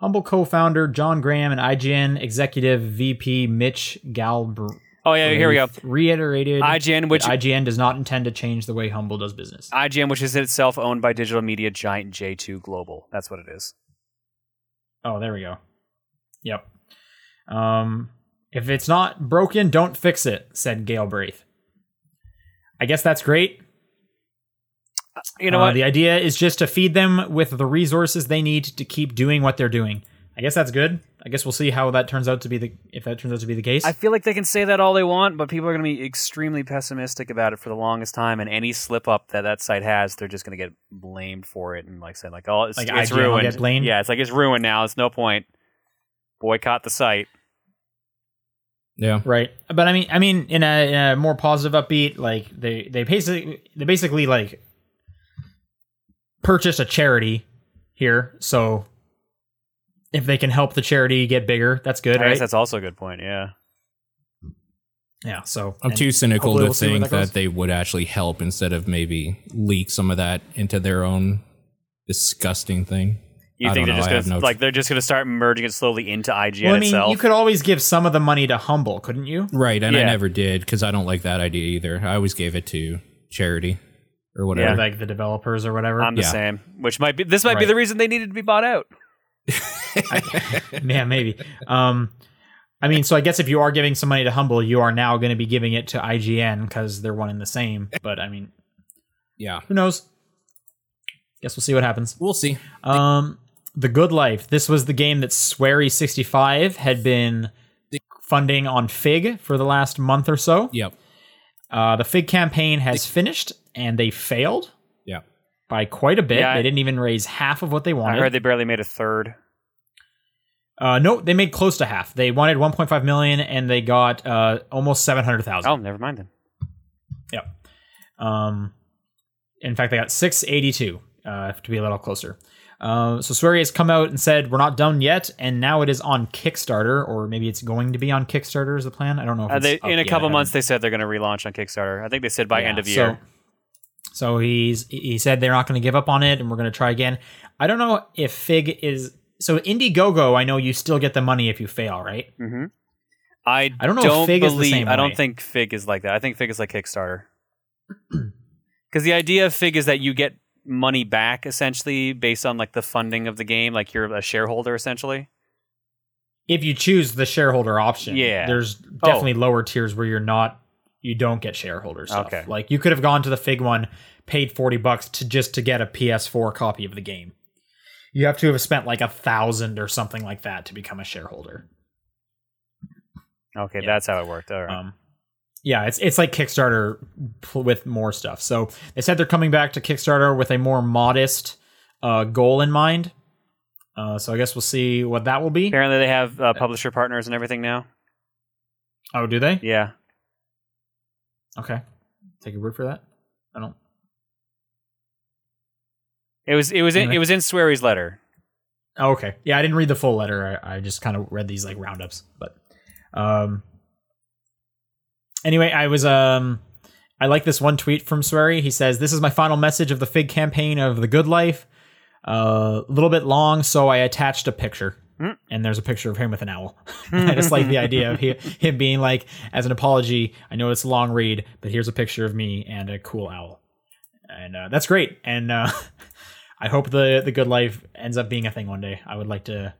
Humble co-founder John Graham and IGN executive VP Mitch Galbraith. Oh yeah, here we go. Reiterated IGN, which that IGN does not intend to change the way Humble does business. IGN, which is itself owned by digital media giant J2 Global. That's what it is. Oh, there we go. Yep. Um, if it's not broken, don't fix it," said Galbraith. I guess that's great. You know Uh, what? The idea is just to feed them with the resources they need to keep doing what they're doing. I guess that's good. I guess we'll see how that turns out to be the if that turns out to be the case. I feel like they can say that all they want, but people are going to be extremely pessimistic about it for the longest time. And any slip up that that site has, they're just going to get blamed for it and like said, like, oh, it's, Like it's IGN will ruined. get blamed? Yeah, it's like it's ruined now. It's no point. Boycott the site. Yeah. Right. But I mean, I mean, in a, in a more positive, upbeat, like they they basically they basically like purchased a charity here, so if they can help the charity get bigger, that's good, I right? guess that's also a good point. Yeah. yeah. So I'm and too cynical hopefully to we'll see where think goes. that they would actually help instead of maybe leak some of that into their own disgusting thing. You I think don't know, I they're just have gonna no- like they're just gonna start merging it slowly into IGN Well, I mean, itself? you could always give some of the money to Humble, couldn't you? Right, and I Yeah. never did because I don't like that idea either. I always gave it to charity or Or, whatever. Like the developers or whatever. I'm the Yeah. same. Which might be this might be Right. the reason they needed to be bought out. yeah, maybe. Um, I mean, so I guess if you are giving some money to Humble, you are now going to be giving it to IGN because they're one and the same. But I mean, Yeah, who knows? Guess we'll see what happens. we'll see. Um, The Good Life. This was the game that Swery65 had been funding on Fig for the last month or so. Yep, Uh, the Fig campaign has finished, and they failed yep. by quite a bit. Yeah, I- they didn't even raise half of what they I wanted. heard they barely made a third. uh, no, they made close to half. They wanted 1.5 million, and they got uh, almost 700,000. Oh, never mind then. Yep. Um, in fact, they got 682 uh, to be a little closer. Uh, so Swery has come out and said we're not done yet, and now it is on Kickstarter, or maybe it's going to be on Kickstarter. Is the plan? I don't know. If Uh, it's they, up in a yet. couple I months, they said they're going to relaunch on Kickstarter. I think they said by haven't- end of yeah, year. So, so he's he said they're not going to give up on it, and we're going to try again. I don't know if Fig is so Indiegogo. I know you still get the money if you fail, right? hmm I, I don't know if Fig is the believe. same I don't way. think Fig is like that. I think Fig is like Kickstarter. Because the idea of Fig is that you get money back essentially based on like the funding of the game, like you're a shareholder essentially. If you choose the shareholder option, Yeah. Oh. there's definitely lower tiers where you're not you don't get shareholder stuff. Okay. Like you could have gone to the Fig one, paid forty bucks to just to get a PS4 copy of the game. You have to have spent like a thousand or something like that to become a shareholder. Okay, Yeah. that's how it worked. All right. Um, yeah, it's it's like Kickstarter pl- with more stuff. So they said they're coming back to Kickstarter with a more modest uh, goal in mind. Uh, so I guess we'll see what that will be. Apparently, they have uh, publisher partners and everything now. Oh, do they? Yeah. Okay, take your word for that. I don't. It was it was in, Anyway. it was in Swery's letter. Oh, okay. Yeah, I didn't read the full letter. I, I just kind of read these like roundups. But um anyway, I was um I like this one tweet from Swery. He says, This is my final message of the fig campaign of the good life. A little bit long, so I attached a picture. Hmm. And there's a picture of him with an owl. I just like the idea of he, him being like, as an apology, I know it's a long read, but here's a picture of me and a cool owl. And uh, that's great. And uh, I hope the the good life ends up being a thing one day. I would like to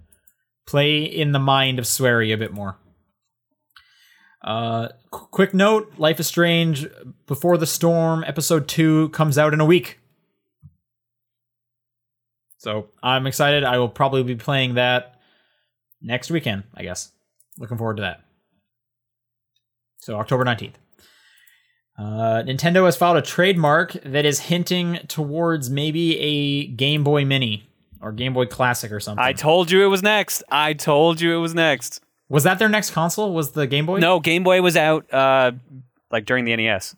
play in the mind of Swery a bit more. Uh, qu- quick note: Life is Strange Before the Storm episode two comes out in a week, so I'm excited. I will probably be playing that next weekend. I guess. Looking forward to that. So October nineteenth. Uh, Nintendo has filed a trademark that is hinting towards maybe a Game Boy Mini or Game Boy Classic or something. I told you it was next. I told you it was next. was that their next console? Was the Game Boy? No, Game Boy was out uh, like during the E NES.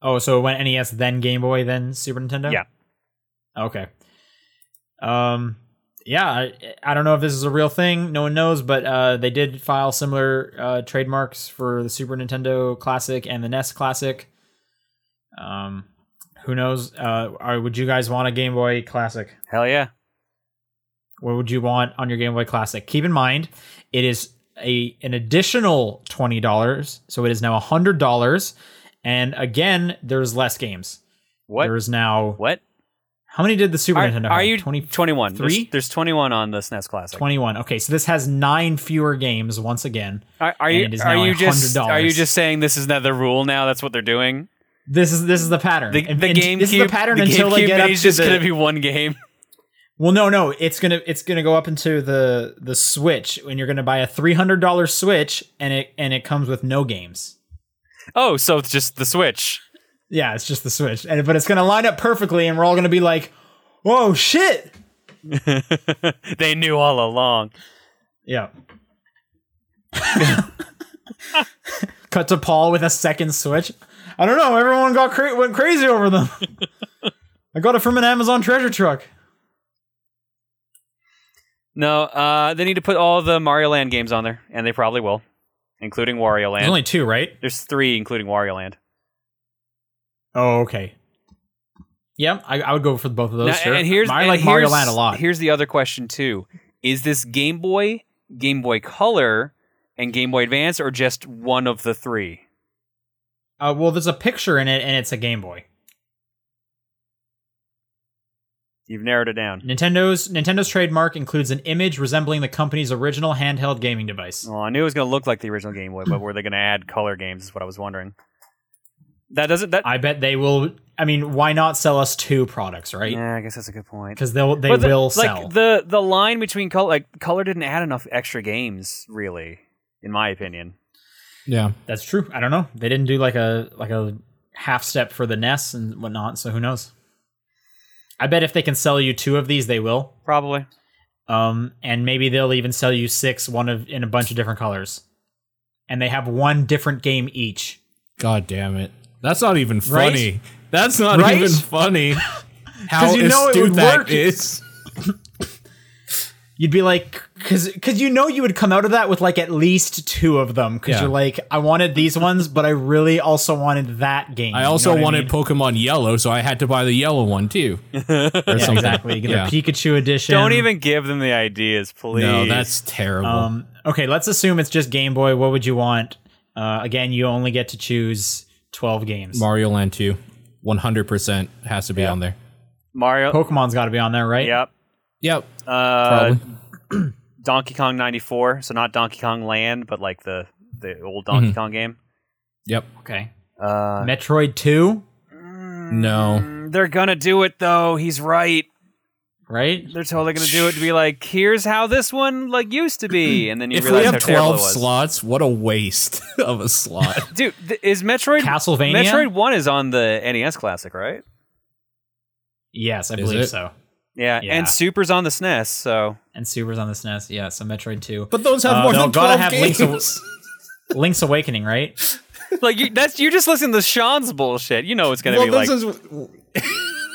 Oh, so it went NES, then Game Boy, then Super Nintendo. Yeah. Okay. Um. Yeah, I, I don't know if this is a real thing. No one knows, but uh, they did file similar uh, trademarks for the Super Nintendo Classic and the NES Classic. Um, who knows? Uh, are, would you guys want a Game Boy Classic? Hell yeah. what would you want on your Game Boy Classic? Keep in mind, it is a an additional twenty dollars, so it is now hundred dollars. And again, there's less games. What? There's now what? how many did the Super Are, Nintendo? are have? you 20, 21? three? There's, there's 21 on the SNES Classic. 21. Okay, so this has nine fewer games once again. Are, are and you it is are now you just $100. are you just saying this is not the rule now? That's what they're doing. This is this is the pattern. The, And- the and GameCube. This is the pattern the until they GameCube get up Mini's to just the, gonna be one game. Well, no, no, it's gonna it's gonna go up into the the Switch, and you're gonna buy a three hundred dollar Switch, and it and it comes with no games. Oh, so it's just the Switch. Yeah, it's just the Switch, and but it's gonna line up perfectly, and we're all gonna be like, "Whoa, shit!" They knew all along. Yeah. Cut to Paul with a second Switch. I don't know. Everyone got cra- went crazy over them. I got it from an Amazon treasure truck. No, uh, they need to put all the Mario Land games on there, and they probably will, including Wario Land. There's only two, right? There's three, including Wario Land. Oh, okay. Yeah, I, I would go for both of those. Now, sure. And here's I and like Mario here's- Land a lot. Here's the other question too: Is this Game Boy, Game Boy Color, and Game Boy Advance, or just one of the three? Uh, well, there's a picture in it, and it's a Game Boy. You've narrowed it down. Nintendo's Nintendo's trademark includes an image resembling the company's original handheld gaming device. Well, I knew it was going to look like the original Game Boy, but were they going to add color games? Is what I was wondering. That doesn't. That I bet they will. I mean, why not sell us two products, right? yeah, I guess that's a good point. Because they'll they But the- will like, sell. the the line between color. Like color didn't add enough extra games, really, in my opinion. Yeah. That's true. I don't know. They didn't do like a like a half step for the NES and whatnot. So who knows? I bet if they can sell you two of these, they will. Probably. Um, and maybe they'll even sell you six, one of in a bunch of different colors, and they have one different game each. God damn it. That's not even Right? funny. That's not Right? even funny. How you know it astute would that work. is. You'd be like, because because you know you would come out of that with like at least two of them. Because Yeah. you're like, I wanted these ones, but I really also wanted that game. I You also know what wanted mean? Pokemon Yellow, so I had to buy the yellow one too. Or something. exactly. You get Yeah. the Pikachu edition. Don't even give them the ideas, please. No, that's terrible. Um, okay, let's assume it's just Game Boy. What would you want? Uh, again, you only get to choose twelve games. Mario Land 2, 100% has to be on there. Mario. Pokemon's got to be on there, right? Yep. Yep. Uh, Probably. Donkey Kong 94, so not Donkey Kong Land, but like the the old Donkey Mm-hmm. Kong game. yep. Okay. Uh, Metroid Two, No. they're gonna do it though. He's right. right? They're totally gonna do it to be like, here's how this one like used to be, and then you Mm-hmm. If we realize have how terrible it 12 was. slots, what a waste of a slot. Dude, th- is Metroid Castlevania? Metroid One is on the NES Classic, right? Yes, I Is believe it? so. Yeah, Yeah. and Super's on the SNES. So And Super's on the SNES. Yeah, so Metroid Two. but those have Uh, more no, than gotta 12 have Link's games. Awa- Link's Awakening, right? like you, that's you're just listening to Sean's bullshit. You know it's gonna well, be like this is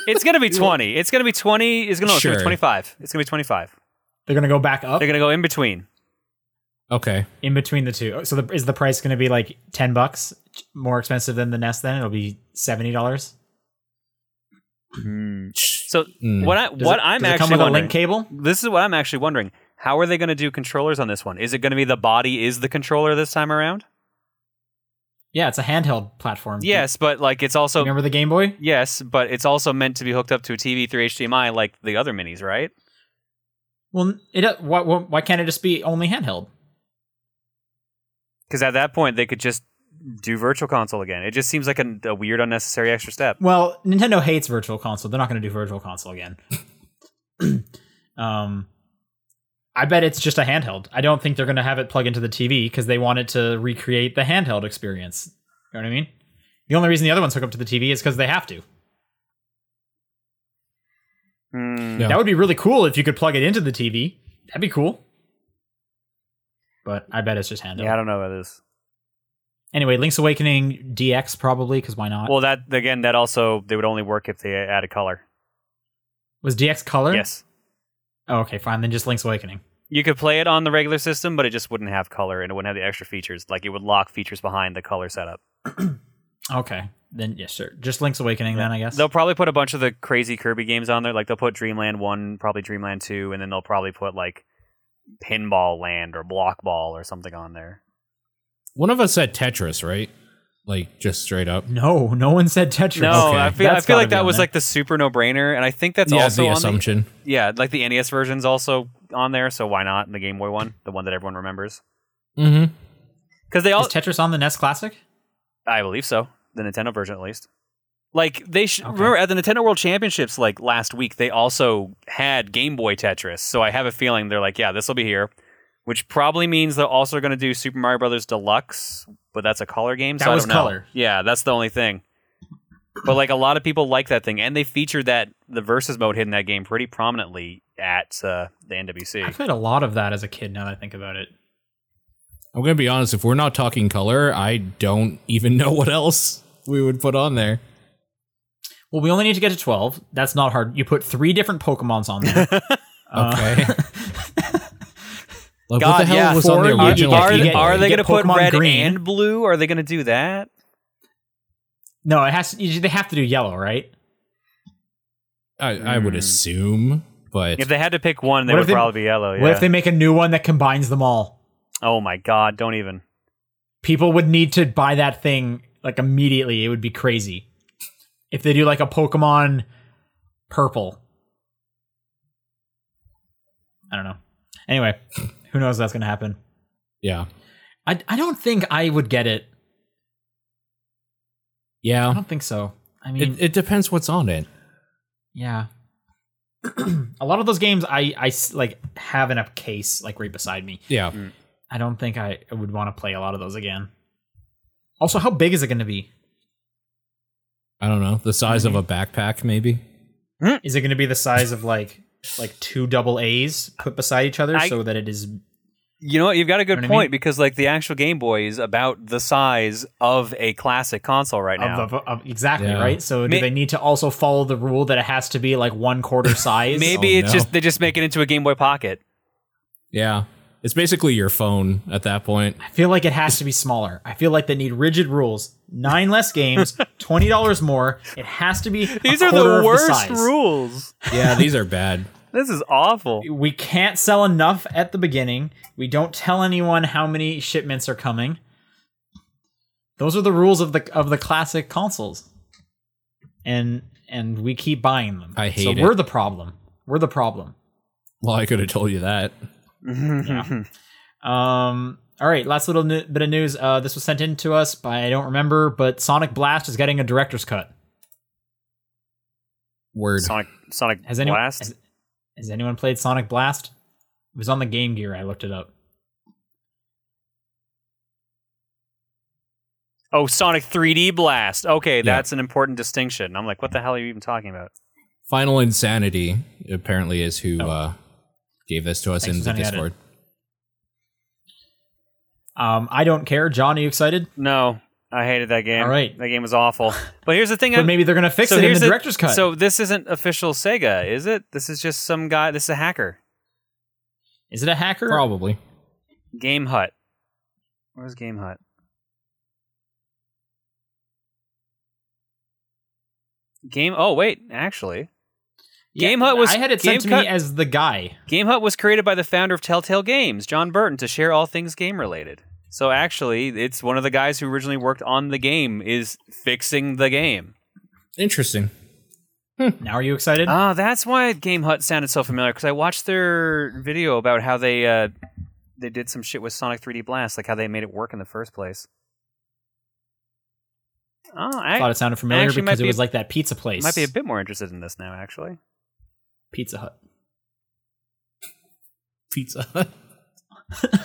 it's gonna be twenty. It's gonna be twenty. It's gonna, no, it's gonna be Sure. twenty five. It's gonna be twenty five. They're gonna go back up They're gonna go in between. Okay. in between the two. Oh, So the, is the price gonna be like ten bucks more expensive than the NES? Then it'll be seventy dollars. So Mm. what I what it, I'm does it come actually with a wondering, link cable? this is what I'm actually wondering. How are they going to do controllers on this one? Is it going to be the body is the controller this time around? Yeah, it's a handheld platform. Yes, but like it's also Remember the Game Boy? yes, but it's also meant to be hooked up to a TV through HDMI like the other minis, right? Well, it uh, why, why why can't it just be only handheld? Because at that point they could just do Virtual Console again. It just seems like a, a weird, unnecessary extra step. Well, Nintendo hates Virtual Console. They're not going to do Virtual Console again. um, I bet it's just a handheld. I don't think they're going to have it plug into the TV because they wanted to recreate the handheld experience. You know what I mean? The only reason the other ones hook up to the TV is because they have to. Hmm. Yeah. That would be really cool if you could plug it into the TV. That'd be cool. But I bet it's just handheld. Yeah, I don't know about this. Anyway, Link's Awakening DX probably because why not? Well, that again, that also they would only work if they added color. Was DX color? Yes, Oh, okay, fine. Then just Link's Awakening. you could play it on the regular system, but it just wouldn't have color and it wouldn't have the extra features. Like it would lock features behind the color setup. Okay. Then yes, sure. Just Link's Awakening. Then I guess. They'll probably put a bunch of the crazy Kirby games on there. Like they'll put Dreamland One, probably Dreamland Two, and then they'll probably put like Pinball Land or Block Ball or something on there. One of us said Tetris, right? Like just straight up. No, no one said Tetris. No, Okay. I feel That's I feel gotta like be that on was there. like the super no brainer, and I think that's yeah, also the on E assumption. The, yeah, like the NES version's also on there, so why not the Game Boy one, the one that everyone remembers? Mm-hmm. Because they all, Is Tetris on the NES Classic? I believe so, the Nintendo version at least. Like they sh- Okay. remember at the Nintendo World Championships like last week, they also had Game Boy Tetris. So I have a feeling they're like, yeah, this will be here, which probably means they're also going to do Super Mario Brothers Deluxe, but that's a color game. so That I was don't know. color. Yeah, that's the only thing. But like a lot of people like that thing, and they featured that the versus mode hidden in that game pretty prominently at uh, the I NWC. played a lot of that as a kid. Now that I think about it, I'm gonna be honest. If we're not talking color, I don't even know what else we would put on there. well, we only need to get to twelve. That's not hard. You put three different Pokemon's on there. Uh, Okay. Like, what God, the hell yeah. was on Four- the you- Are, original? are- you Game get- Boy? are they you going to get put Pokemon red Green. and blue? Are they going to do that? No, it has. you- They have to do yellow, right? I, I would Hmm. assume, but If they had to pick one, they What if would they- probably be yellow. Oh, Yeah. What if they make a new one that combines them all? oh my god! Don't even. People would need to buy that thing like immediately. It would be crazy if they do like a Pokemon purple. I don't know. Anyway, who knows if that's gonna happen? yeah, I I don't think I would get it. I yeah. don't think so. I mean, It, it depends what's on it. yeah. a lot of those games I I s- like have in a case like right beside me. Yeah, I don't think I would want to play a lot of those again. Also, how big is it going to be? I don't know. The size of a backpack, maybe. Is it going to be the size of like like two double A's put beside each other I- so that it is? You know what? You've got a good Know what I point mean? because like the actual Game Boy is about the size of a classic console right now. Of, of, of, exactly Yeah. right. So, do May- they need to also follow the rule that it has to be like one quarter size? Maybe Oh, it's no. just they just make it into a Game Boy Pocket. Yeah, it's basically your phone at that point. I feel like it has to be smaller. I feel like they need rigid rules: nine less games, twenty dollars more. It has to be. These a are quarter of the worst size. rules. Yeah, these are bad. This is awful. we can't sell enough at the beginning. We don't tell anyone how many shipments are coming. Those are the rules of the of the classic consoles. And and we keep buying them. I hate so it. we're the problem. We're the problem. Well, I could have told you that. Um all right, last little nu- bit of news. Uh, this was sent in to us by I don't remember, but Sonic Blast is getting a director's cut. Word. Sonic Sonic Has anyone Blast. Has, has anyone played Sonic Blast? It was on the Game Gear. I looked it up. oh, Sonic 3D Blast. Okay, that's an important distinction. I'm like, what the hell are you even talking about? Final Insanity apparently is who uh, gave this to us Thanks for in the sending that in. Discord. Um, I don't care. John, are you excited? No, I hated that game. All right. that game was awful. But here's the thing. But I'm- maybe they're gonna fix it in the director's cut. So this isn't official Sega, is it? This is just some guy. This is a hacker. Is it a hacker? Probably. Game Hut. Where's Game Hut? Game. Oh wait, actually, Yeah, Game Hut was- I had it sent Game to Cut- me as the guy. Game Hut was created by the founder of Telltale Games, John Burton, to share all things game related. So actually, it's one of the guys who originally worked on the game is fixing the game. Interesting. Now are you excited? Ah, that's why Game Hut sounded so familiar because I watched their video about how they uh, they did some shit with Sonic 3D Blast, like how they made it work in the first place. Oh, I I thought it sounded familiar actually might because it be- was like that pizza place. might be a bit more interested in this now, actually. Pizza Hut. Pizza Hut.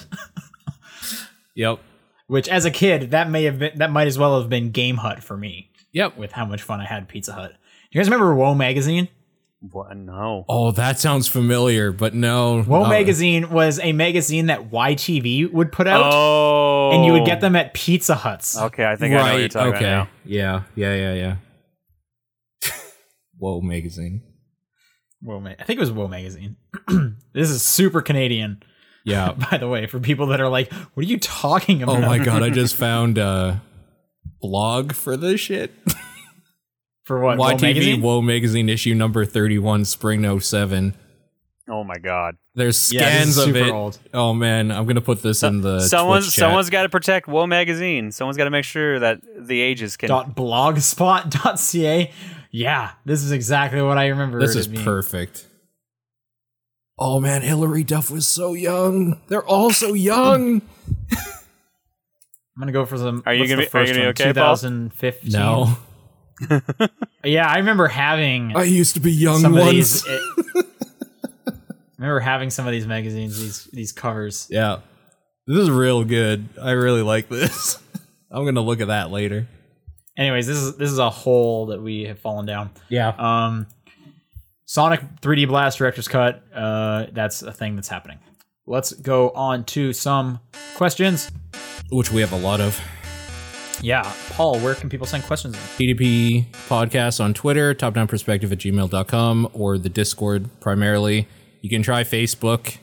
yep. Which, as a kid, that may have been that might as well have been Game Hut for me. Yep. With how much fun I had at Pizza Hut. You guys remember Woe Magazine? What? No. Oh, that sounds familiar, but no. Uh, Woe Oh. no. Magazine was a magazine that YTV would put out, Oh, and you would get them at Pizza Huts. Okay, I think I know what you're talking about now. Yeah. Yeah. Yeah. Yeah. Whoa, magazine. Woe Ma- I think it was Woe Magazine. this is super Canadian, Yeah. by the way, for people that are like, Oh "What are you talking about?" Oh my god, I just found a blog uh, for this shit. for what Woe YTV magazine? Woe Magazine issue number 31, spring 07. Oh my god! There's Yeah, this is scans of super it. old. Oh man, I'm gonna put this in the someone's Twitch chat. someone's got to protect Woe magazine. Someone's got to make sure that the ages can. dot blogspot dot ca. Yeah, this is exactly what I remember. This it is being. perfect. Oh man, Hillary Duff was so young. They're all so young. I'm gonna go for some. Are you what's gonna the be- are you first gonna one? be okay, Paul? 2015. No, Yeah, I remember having I used to be young some of once. these. it- I remember having some of these magazines, these these covers. Yeah, this is real good. I really like this. I'm gonna look at that later. Anyways, this is this is a hole that we have fallen down. Yeah. Um, Sonic 3D Blast Director's Cut. Uh, that's a thing that's happening. Let's go on to some questions. Which we have a lot of. Yeah, Paul, where can people send questions? TDP podcast on Twitter, topdownperspective at gmail.com, or the Discord primarily. You can try Facebook.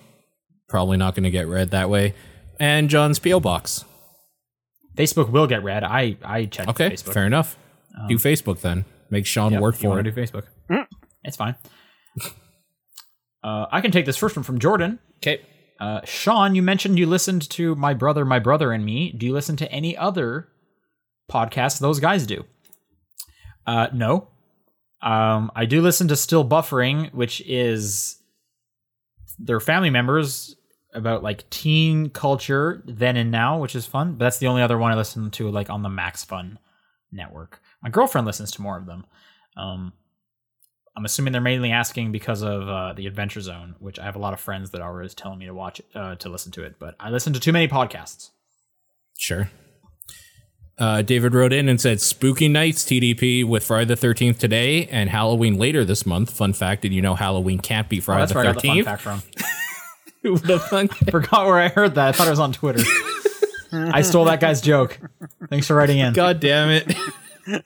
Probably not going to get read that way. And John's P.O. Box. Facebook will get read. I I checked Okay, Facebook. Um, fair enough. do Facebook then. Make Sean work you for want it. to do Facebook? It's fine. Uh, I can take this first one from Jordan. Okay. Uh, Sean, you mentioned you listened to My Brother, My Brother and Me. Do you listen to any other podcasts those guys do? Uh, no. Um, I do listen to Still Buffering, which is their family members about like teen culture then and now, which is fun. But that's the only other one I listen to like on the Max Fun network. My girlfriend listens to more of them. Um, I'm assuming they're mainly asking because of uh, the Adventure Zone, which I have a lot of friends that are always telling me to watch uh, to listen to it. But I listen to too many podcasts. Oh, Sure. Uh, David wrote in and said, Spooky Nights TDP with Friday the 13th today and Halloween later this month. Fun fact, did you know Halloween can't be Oh, Friday that's the where I got the fun 13th? fact from. The fun- Forgot where I heard that. I thought it was on Twitter. I stole that guy's joke. Thanks for writing in. God damn it. the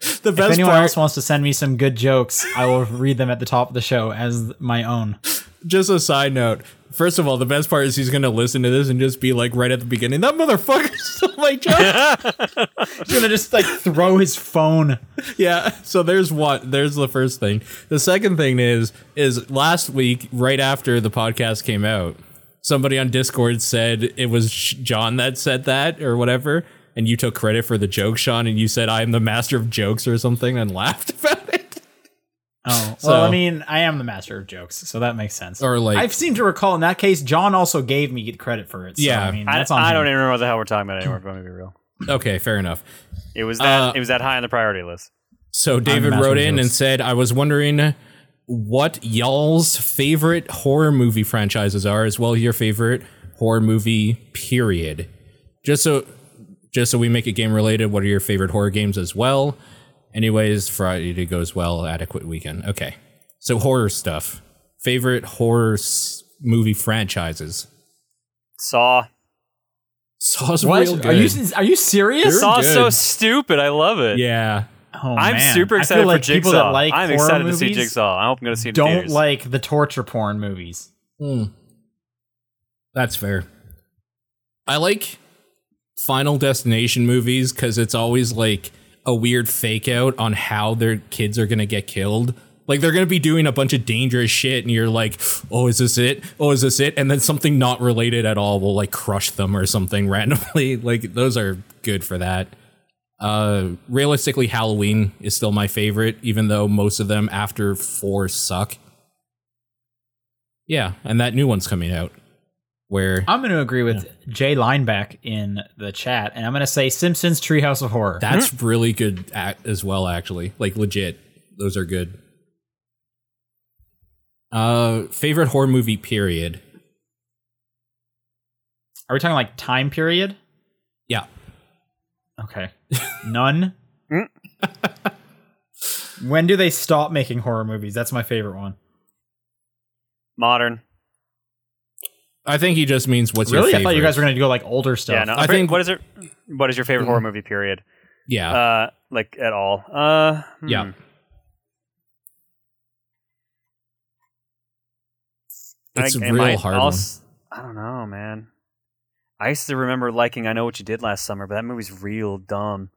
if best anyone part else wants to send me some good jokes, I will read them at the top of the show as my own. just a side note. First of all, the best part is he's gonna listen to this and just be like right at the beginning. That motherfucker stole my job. He's gonna just like throw his phone. yeah. So there's what there's the first thing. The second thing is is last week, right after the podcast came out, somebody on Discord said it was Sh- John that said that or whatever, and you took credit for the joke, Sean, and you said I am the master of jokes or something, and laughed about it. Oh, well, So- I mean, I am the master of jokes, so that makes sense. Or, like- I seem to recall in that case, John also gave me credit for it. So, Yeah. I mean, I, that's on I him. don't even remember what the hell we're talking about anymore. If I'm gonna be real, Okay, fair enough. it was that Uh, it was that high on the priority list. So David Master wrote of in and Jokes. said, I was wondering what y'all's favorite horror movie franchises are, as well as your favorite horror movie period. Just so just so we make it game related, what are your favorite horror games as well? Anyways, Friday goes well, adequate weekend. Okay. So horror stuff. Favorite horror s- movie franchises. Saw. Saw's What? real good. Are you are you serious? You're- Saw's so good. stupid. I love it. yeah. Oh, I'm man. super I feel excited like for people Jigsaw. that like I'm horror excited movies to see Jigsaw. I hope I'm going to see it. in Don't theaters. like the torture porn movies. Hmm. That's fair. I like Final Destination movies because it's always like a weird fake out on how their kids are going to get killed. Like they're going to be doing a bunch of dangerous shit, and you're like, oh, is this it? Oh, is this it? And then something not related at all will like crush them or something randomly. like those are good for that. Uh, realistically, Halloween is still my favorite, even though most of them after four suck. Yeah, and that new one's coming out. Where I'm going to agree with Jay Lineback in the chat, and I'm going to say Simpsons Treehouse of Horror. that's really good at, as well, actually. Like legit, those are good. Uh, favorite horror movie period. Are we talking like time period? Yeah, Okay, none. Mm. when do they stop making horror movies? That's my favorite one. modern. I think he just means what's really, your I favorite. thought you guys were going to go like older stuff. Yeah, I no. I think- think what is it? What is your favorite horror movie? Period. yeah, Uh, like at all? Uh, hmm. yeah. I It's think- a am real I hard one. als- I don't know, man. I used to remember liking "I Know What You Did Last Summer," but that movie's real dumb.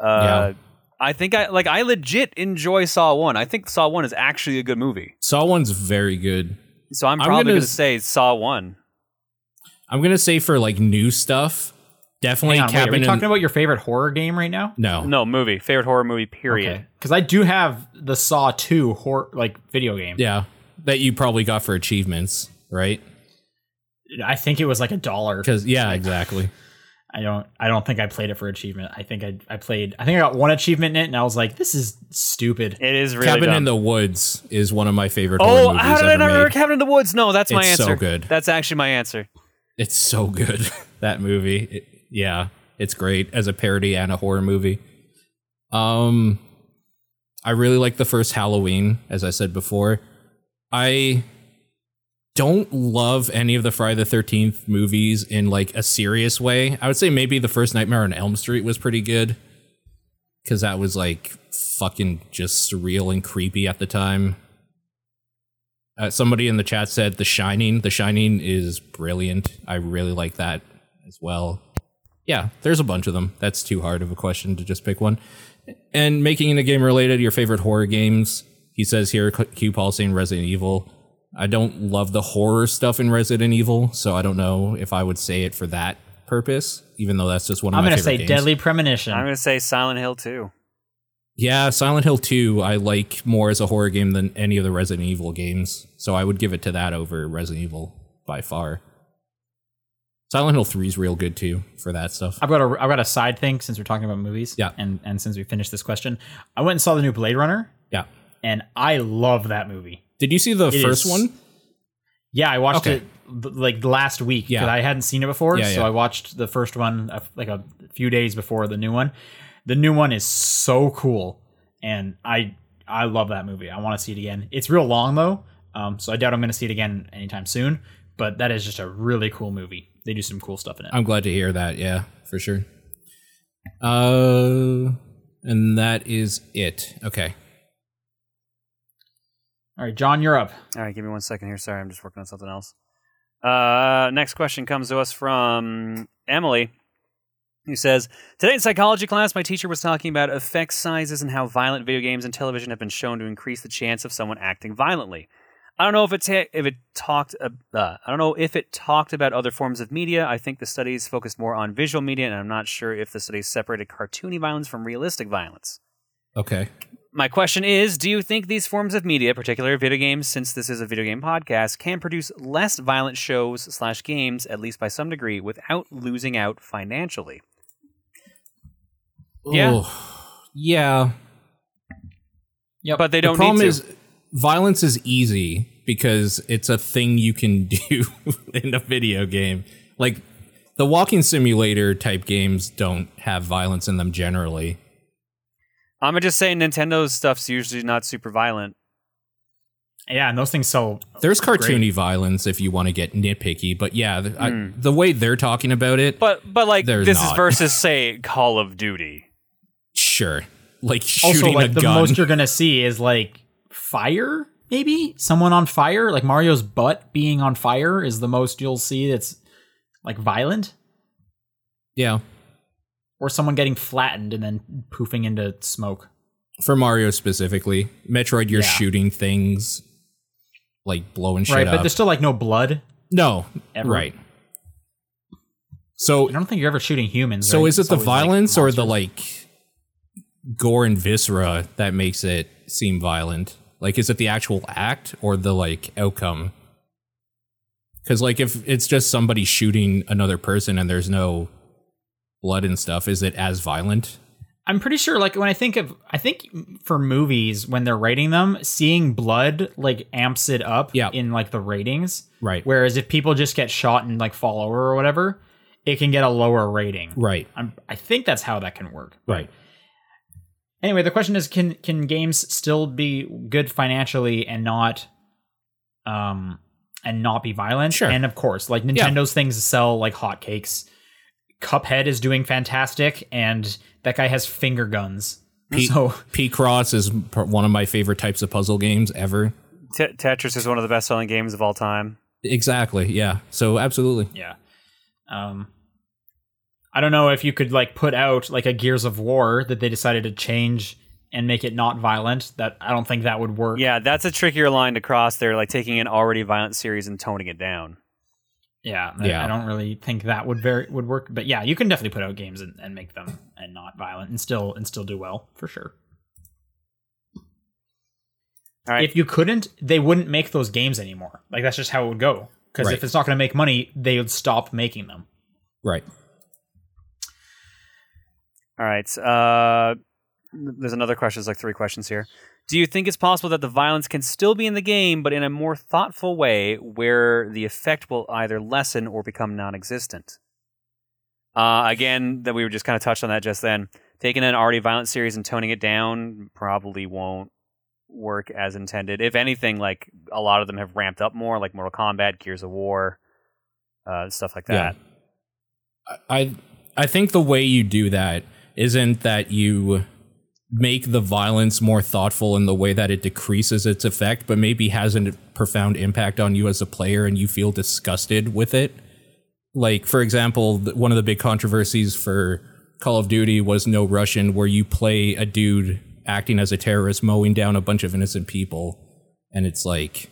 Uh, I think I like I legit enjoy Saw One. I think Saw One is actually a good movie. Saw One's very good. So I'm I'm probably gonna gonna, s- say Saw One. I'm gonna say for like new stuff, definitely Hang on, wait, are Cabin. we in- talking about your favorite horror game right now? no, No movie, favorite horror movie. Period. Because I do have the Saw 2 horror like video game. yeah, that you probably got for achievements, right? I think it was like a dollar. Because yeah, exactly. I don't I don't think I played it for achievement. I think I I played I think I got one achievement in it and I was like, this is stupid. It is really Cabin dumb. in the Woods is one of my favorite. Oh, horror movies how did I ever not remember made. Cabin in the Woods? No, that's my It's so answer. good. That's actually my answer. It's so good that movie. It- yeah, it's great as a parody and a horror movie. Um, I really like the first Halloween, as I said before. I don't love any of the Friday the Thirteenth movies in like a serious way. I would say maybe the first Nightmare on Elm Street was pretty good because that was like fucking just surreal and creepy at the time. Uh, somebody in the chat said The Shining. The Shining is brilliant. I really like that as well. Yeah, there's a bunch of them. That's too hard of a question to just pick one. And making the game related, your favorite horror games. He says here, Q- Q Paul saying Resident Evil. I don't love the horror stuff in Resident Evil, so I don't know if I would say it for that purpose, even though that's just one of I'm my gonna favorite say games. Deadly Premonition. I'm gonna say Silent Hill 2. Yeah, Silent Hill 2 I like more as a horror game than any of the Resident Evil games. So I would give it to that over Resident Evil by far. Silent Hill 3 is real good too for that stuff. I've got a I've got a side thing since we're talking about movies. Yeah. And and since we finished this question, I went and saw the new Blade Runner Yeah. and I love that movie. Did you see the It first is- one? Yeah, I watched Okay. it it like last week Yeah. because I hadn't seen it before. Yeah, so yeah. I watched the first one uh, like a few days before the new one. The new one is so cool, and I I love that movie. I want to see it again. It's real long though, um, so I doubt I'm going to see it again anytime soon. But that is just a really cool movie. They do some cool stuff in it. I'm glad to hear that. Yeah, for sure. Uh and that is it. Okay. All right, John, you're up. All right, give me one second here. Sorry, I'm just working on something else. Uh, next question comes to us from Emily, who says Today in psychology class, my teacher was talking about effect sizes and how violent video games and television have been shown to increase the chance of someone acting violently. I don't know if it ta- if it talked ab- uh, I don't know if it talked about other forms of media. I think the studies focused more on visual media, and I'm not sure if the studies separated cartoony violence from realistic violence. Okay. My question is Do you think these forms of media, particularly video games, since this is a video game podcast, can produce less violent shows slash games, at least by some degree, without losing out financially? Yeah. Oh, yeah. But they The don't problem need to. is violence is easy because it's a thing you can do in a video game. Like the walking simulator type games don't have violence in them generally. I'm just saying Nintendo's stuff's usually not super violent. Yeah, and those things sell. There's cartoony violence if you want to get nitpicky, but yeah, the, I, the way they're talking about it, Hmm. But but like They're this is not. versus say Call of Duty. sure, like shooting Also, like a the gun. most you're gonna see is like fire. Maybe someone on fire, like Mario's butt being on fire, is the most you'll see. That's like violent. yeah, or someone getting flattened and then poofing into smoke. for Mario specifically, Metroid, you're Yeah. shooting things, like blowing shit right, up. but there's still like no blood. no, Ever. right. So I don't think you're ever shooting humans. So right? is it It's the always, like, violence or the monsters. like gore and viscera that makes it seem violent? Like is it the actual act or the like outcome? Cuz like if it's just somebody shooting another person and there's no blood and stuff, is it as violent? I'm pretty sure. Like when I think of, I think for movies when they're rating them, seeing blood like amps it up. Yeah. in like the ratings. Right. Whereas if people just get shot and like fall over or whatever, it can get a lower rating. Right. I'm, I think that's how that can work. Right. Anyway, the question is can can games still be good financially and not um and not be violent? Sure. And of course, like Nintendo's things sell like hotcakes. Cuphead is doing fantastic and that guy has finger guns. Pete- so P Cross is p- one of my favorite types of puzzle games ever. Te- Tetris is one of the best selling games of all time. Exactly. Yeah. So absolutely. yeah. Um I I don't know if you could like put out like a Gears of War that they decided to change and make it not violent. That I don't think that would work. Yeah, that's a trickier line to cross. They're like taking an already violent series and toning it down. yeah. I- Yeah. I don't really think that would very would work. But yeah, you can definitely put out games and, and make them and not violent and still and still do well for sure. All right. If you couldn't, they wouldn't make those games anymore. Like that's just how it would go. Because Right. if it's not going to make money, they would stop making them. Right. All right. Uh, there's another question. There's like three questions here. Do you think it's possible that the violence can still be in the game, but in a more thoughtful way, where the effect will either lessen or become non-existent? Uh, again, that we were just kind of touched on that just then. Taking an already violent series and toning it down probably won't work as intended. If anything, like a lot of them have ramped up more, like Mortal Kombat, Gears of War, uh, stuff like that. Yeah. I I think the way you do that isn't that you make the violence more thoughtful in the way that it decreases its effect, but maybe has a profound impact on you as a player and you feel disgusted with it. Like, for example, th- one of the big controversies for Call of Duty was No Russian, where you play a dude acting as a terrorist mowing down a bunch of innocent people. And it's like,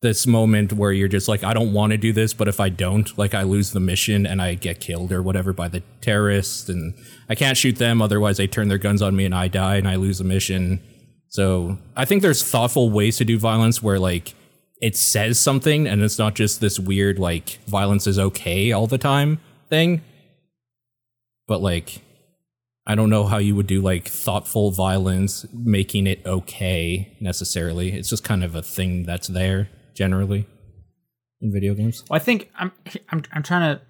this moment where you're just like, I don't want to do this, but if I don't, like, I lose the mission and I get killed or whatever by the terrorists, and I can't shoot them, otherwise they turn their guns on me and I die and I lose the mission. So I think there's thoughtful ways to do violence where like it says something and it's not just this weird like violence is okay all the time thing. But like, I don't know how you would do like thoughtful violence, making it okay necessarily. It's just kind of a thing that's there generally in video games. Well, I think I'm I'm I'm trying to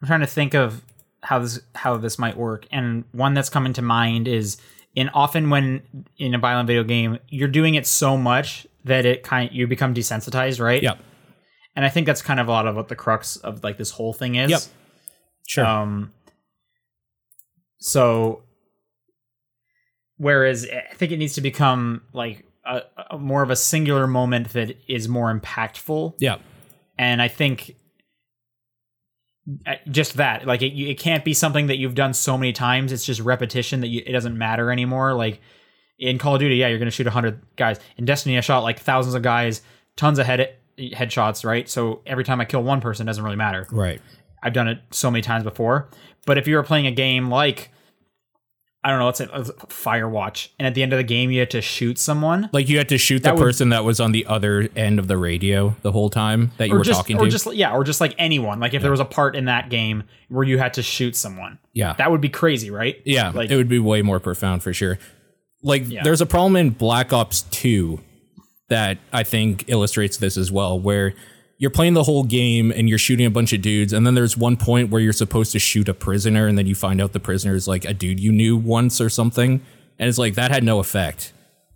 I'm trying to think of how this how this might work, and one that's coming to mind is in often when in a violent video game, you're doing it so much that it kind you become desensitized, right? Yep. And I think that's kind of a lot of what the crux of like this whole thing is. Yep. Sure. Um, so, whereas I think it needs to become like a, a more of a singular moment that is more impactful yeah. and I think uh, just that like it, you- it can't be something that you've done so many times it's just repetition that you, it doesn't matter anymore like in call of duty yeah you're gonna shoot 100 guys in destiny i shot like thousands of guys tons of head headshots right so every time i kill one person it doesn't really matter Right. I've done it so many times before. But if you were playing a game like I don't know, let's say let's- Firewatch, and at the end of the game you had to shoot someone, Like you had to shoot the That would- person that was on the other end of the radio the whole time that you or were just talking or to. just yeah, or just like anyone. Like if there was a part in that game where you had to shoot someone, yeah. that would be crazy, right? Yeah, like it would be way more profound for sure. Like, Yeah. there's a problem in Black Ops 2 that I think illustrates this as well, where you're playing the whole game and you're shooting a bunch of dudes, and then there's one point where you're supposed to shoot a prisoner, and then you find out the prisoner is like a dude you knew once or something. And it's like, that had no effect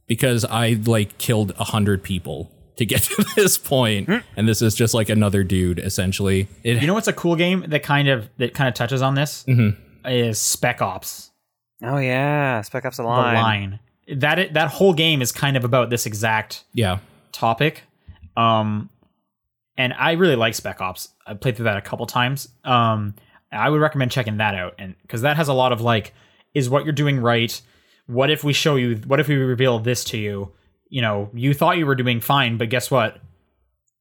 because I like killed a hundred people to get to this point, Hmm. and this is just like another dude essentially. It you know what's a cool game that kind of that kind of touches on this Mm-hmm. is Spec Ops: Oh yeah, Spec Ops: The The Line. Line. That that whole game is kind of about this exact yeah, topic. Um, and I really like Spec Ops. I played through that a couple times. Um, I would recommend checking that out, and because that has a lot of like, is what you're doing right? What if we show you? What if we reveal this to you? You know, you thought you were doing fine, but guess what?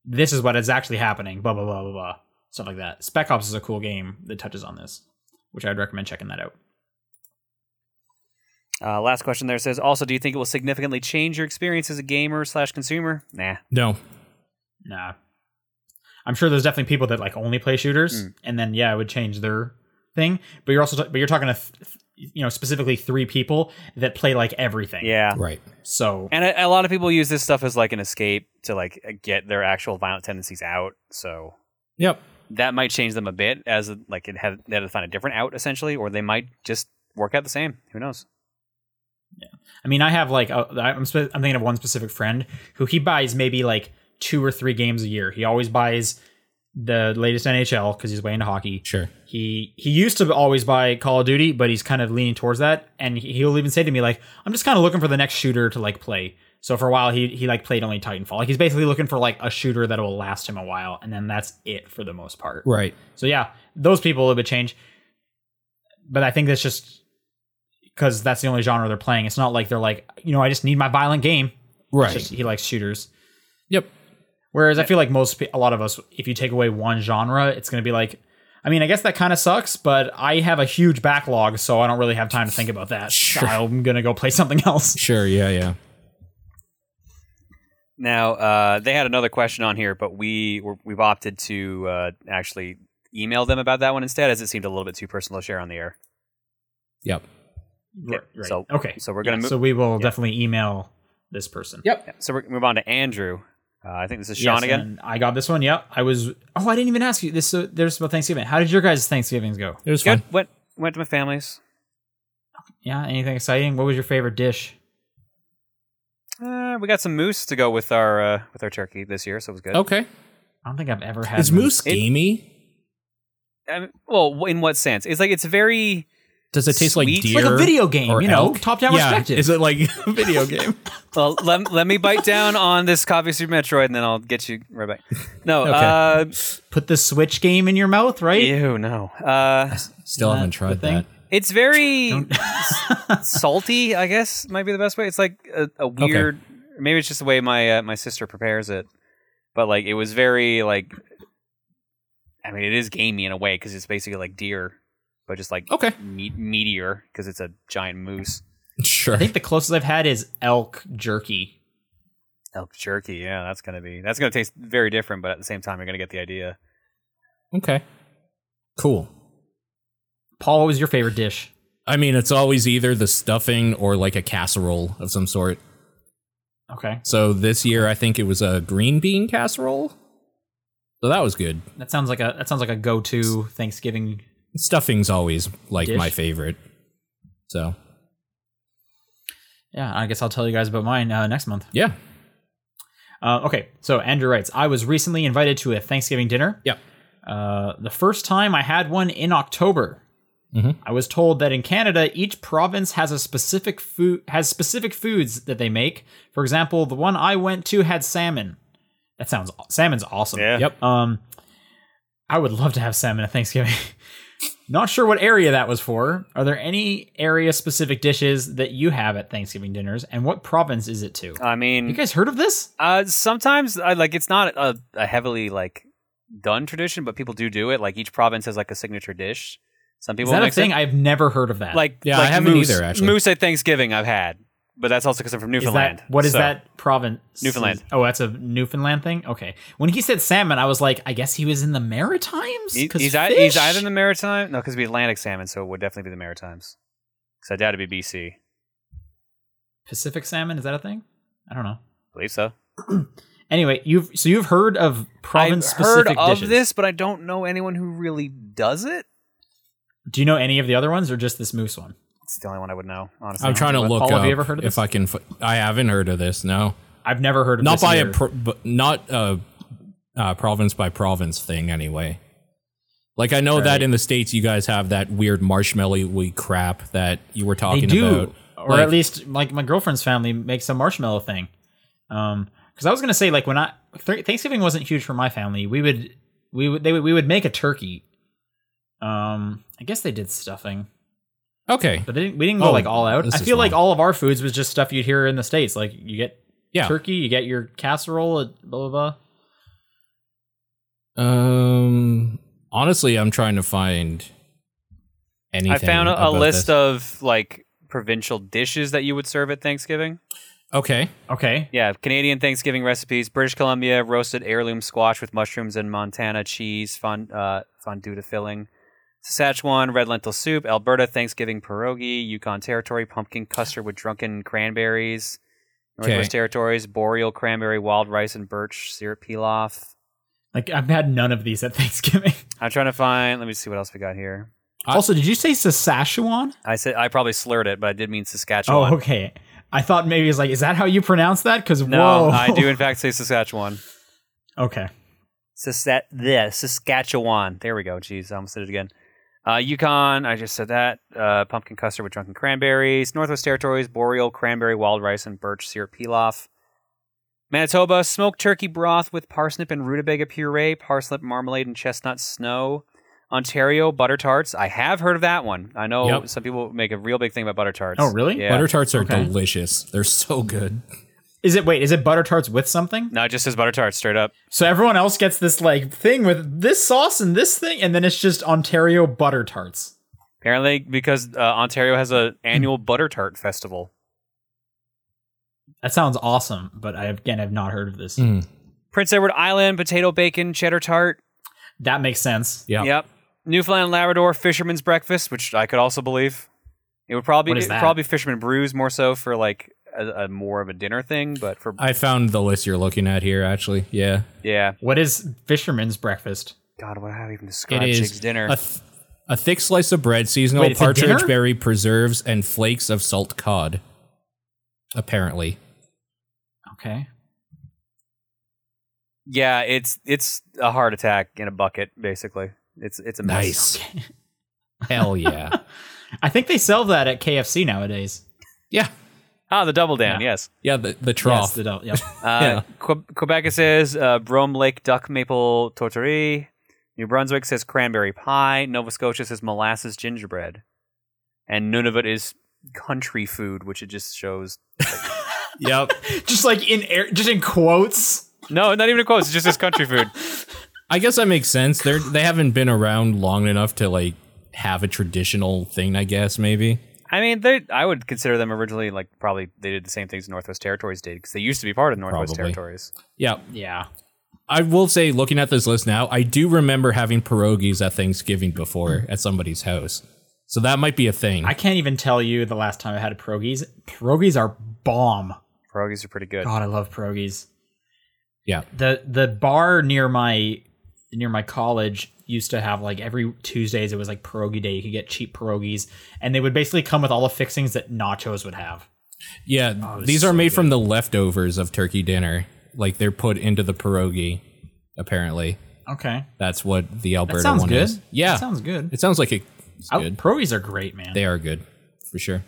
This is what is actually happening. Blah blah blah blah blah. Stuff like that. Spec Ops is a cool game that touches on this, which I'd recommend checking that out. Uh, last question there says, also, do you think it will significantly change your experience as a gamer slash consumer? Nah. no, Nah. I'm sure there's definitely people that like only play shooters, and then yeah, it would change their thing. But you're also ta- but you're talking to th- you know specifically three people that play like everything. Yeah. right, So And a, a lot of people use this stuff as like an escape to like get their actual violent tendencies out. So yep, that might change them a bit as like it had, they had to find a different out essentially, or they might just work out the same. Who knows? I mean, I have like a, I'm spe- I'm thinking of one specific friend who he buys maybe like two or three games a year. He always buys the latest NHL because he's way into hockey. sure, he he used to always buy Call of Duty, but he's kind of leaning towards that. And he- he'll even say to me like, "I'm just kind of looking for the next shooter to like play." So for a while, he he like played only Titanfall. Like he's basically looking for like a shooter that will last him a while, and then that's it for the most part. right. So yeah, those people it would change. but I think that's just because that's the only genre they're playing. It's not like they're like, you know, I just need my violent game. It's Right. just he likes shooters. yep. Whereas I feel like most, pe- a lot of us, if you take away one genre, it's going to be like, I mean, I guess that kind of sucks, but I have a huge backlog, so I don't really have time to think about that. Sure. I'm going to go play something else. Sure. Yeah. Yeah. Now uh, they had another question on here, but we were, we've opted to uh, actually email them about that one instead, as it seemed a little bit too personal to share on the air. Yep. Right, right. so- okay. so we're gonna Yeah, move- so we will definitely email this person. Yep. Yeah, so we're gonna move on to Andrew. Uh, I think this is Sean Yes, again. and I got this one. Yep. I was. Oh, I didn't even ask you this. So there's about Thanksgiving. How did your guys' Thanksgivings go? It was Good. fun. Went went to my family's. Yeah. Anything exciting? What was your favorite dish? Uh, we got some moose to go with our uh, with our turkey this year, so it was good. Okay. I don't think I've ever had. Is moose gamey? I mean, well, in what sense? It's like it's very Does it taste like Sweet? deer? Like a video game, or you know, elk? top-down yeah. perspective. Is it like a video game? well. let, let me bite down on this coffee soup Metroid, and then I'll get you right back. No, uh, Put the Switch game in your mouth, right? ew, no. Uh, Still haven't tried thing? that. it's very s- salty. I guess might be the best way. It's like a, a weird. Maybe it's just the way my uh, my sister prepares it, but like it was very like. I mean, it is gamey in a way because it's basically like deer, but just like Okay. me- meteor because it's a giant moose. Sure. I think the closest I've had is elk jerky. Elk jerky, yeah, that's gonna be that's gonna taste very different, but at the same time, you're gonna get the idea. Okay. Cool. Paul, what was your favorite dish? I mean, it's always either the stuffing or like a casserole of some sort. Okay, So this year, I think it was a green bean casserole. So that was good. that sounds like a that sounds like a go-to Thanksgiving. Stuffing's always like Dish. my favorite. So Yeah, I guess I'll tell you guys about mine uh, next month. yeah, Uh, okay, so Andrew writes, I was recently invited to a Thanksgiving dinner. Yep. Uh, the first time I had one in October. Mhm. I was told that in Canada, each province has a specific food has specific foods that they make. For example, the one I went to had salmon. That sounds salmon's awesome. Yeah. Yep. Um, I would love to have salmon at Thanksgiving. Not sure what area that was for. Are there any area specific dishes that you have at Thanksgiving dinners, and what province is it to? I you mean, guys heard of this? uh, sometimes I like it's not a, a heavily like done tradition, but people do do it. Like each province has like a signature dish. Some Is people that a mix it. thing? I've never heard of that. Like Yeah, I like haven't moose, either, actually. moose at Thanksgiving I've had, but that's also because I'm from is Newfoundland. that what is so- that province? Newfoundland. Oh, that's a Newfoundland thing. Okay. When he said salmon, I was like, I guess he was in the Maritimes. He- 'Cause he's, ei- he's fish? either in the Maritime, no, because it'd be Atlantic salmon, so it would definitely be the Maritimes. Because I doubt it'd be BC. Pacific salmon. Is that a thing? I don't know. believe so. Anyway, you've so you've heard of province I've heard specific of dishes. this, but I don't know anyone who really does it. Do you know any of the other ones, or just this moose one? It's the only one I would know, honestly. I'm trying to Paul, look. have you up ever heard of If this? I can, f- I haven't heard of this. No, I've never heard of not this by either. a pro- but not a uh, province by province thing anyway. Like I know Right. that in the states, you guys have that weird marshmallowy crap that you were they talking do, about. or Like- at least like my girlfriend's family makes a marshmallow thing. Um, because I was gonna say like when I th- Thanksgiving wasn't huge for my family. We would we would they would, we would make a turkey. Um, I guess they did stuffing, Okay, but they didn't, we didn't go Oh, like all out. this I is feel like wrong. all of our foods was just stuff you'd hear in the states. Like you get yeah. turkey, you get your casserole, blah blah blah. Um, honestly, I'm trying to find anything. I found a, a about list this. of like provincial dishes that you would serve at Thanksgiving. Okay, Okay, Yeah, Canadian Thanksgiving recipes: British Columbia roasted heirloom squash with mushrooms and Montana cheese fond, uh, fondue to filling. Saskatchewan red lentil soup, Alberta Thanksgiving pierogi, Yukon Territory pumpkin custard with drunken cranberries, Northwest Okay. Territories boreal cranberry, wild rice and birch syrup pilaf. like I've had none of these at Thanksgiving. I'm trying to find. Let me see what else we got here. I- also, did you say Saskatchewan? I said I probably slurred it, but I did mean Saskatchewan. Oh, okay. I thought maybe it's like, is that how you pronounce that? Because No, I do in fact say Saskatchewan. Okay. Saskat- the Saskatchewan. There we go. Jeez, I almost did it again. Uh, Yukon, I just said that. Uh, pumpkin custard with drunken cranberries. Northwest Territories, boreal cranberry, wild rice, and birch syrup pilaf. Manitoba, smoked turkey broth with parsnip and rutabaga puree, parsnip marmalade, and chestnut snow. Ontario butter tarts. I have heard of that one. I know Yep. some people make a real big thing about butter tarts. Oh, really? Yeah. Butter tarts are Okay. delicious. They're so good. Is it wait? Is it butter tarts with something? no, it just says butter tarts straight up. So everyone else gets this like thing with this sauce and this thing, and then it's just Ontario butter tarts. Apparently, because uh, Ontario has an annual butter tart festival. That sounds awesome, but I again have not heard of this. Mm. Prince Edward Island potato bacon cheddar tart. That makes sense. Yeah. Yep. Newfoundland and Labrador fisherman's breakfast, which I could also believe. It would probably What is it that? probably fisherman brews more so for like a, a more of a dinner thing, but for I found the list you're looking at here, actually. Yeah. yeah. What is fisherman's breakfast? God, what have I even described It is Chig's dinner? A, th- a thick slice of bread, seasonal Wait, it's a partridge dinner? berry preserves, and flakes of salt cod. Apparently. Okay. yeah, it's it's a heart attack in a bucket, basically. It's it's a mess. Nice. Hell yeah. I think they sell that at KFC nowadays. yeah. Ah, the double down, Yeah. yes. Yeah, the, the Yes, trough. the del- yep. Uh, Yeah. Que- Quebec says uh, Brome Lake duck maple tortillerie. New Brunswick says cranberry pie. Nova Scotia says molasses gingerbread. And Nunavut is country food, which it just shows. yep. just like in air, just in quotes. No, not even a quote. It's just as country food. I guess that makes sense. They're they haven't been around long enough to like have a traditional thing, I guess, maybe. I mean, they I would consider them originally like probably they did the same things Northwest Territories did because they used to be part of the Northwest Probably. Territories. Yeah. Yeah. I will say looking at this list now, I do remember having pierogies at Thanksgiving before at somebody's house. So that might be a thing. I can't even tell you the last time I had pierogies. Pierogies are bomb. Pierogies are pretty good. God, I love pierogies. yeah. the the bar near my near my college used to have like every Tuesdays it was like pierogi day. You could get cheap pierogies, and they would basically come with all the fixings that nachos would have. Yeah, Oh, these are made from the leftovers of turkey dinner. Like they're put into the pierogi. Apparently, Okay, that's what the that Alberta sounds one good. is. Yeah, that sounds good. it sounds like it- it's I- good. pierogies are great, man. They are good for sure.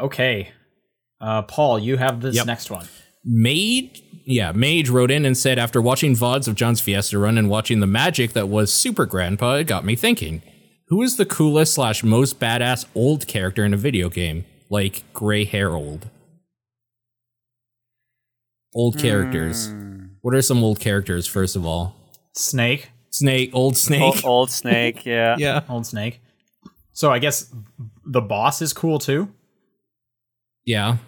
okay, uh, Paul, you have this Yep. next one. Mage, yeah, Mage wrote in and said after watching VODs of John's Fiesta Run and watching the magic that was Super Grandpa, it got me thinking. Who is the coolest slash most badass old character in a video game? Like Grey Harold. Old characters. Hmm. What are some old characters, first of all? Snake, Snake, old O- snake. old snake, Oh, yeah. Yeah. old snake. So I guess the boss is cool too. Yeah.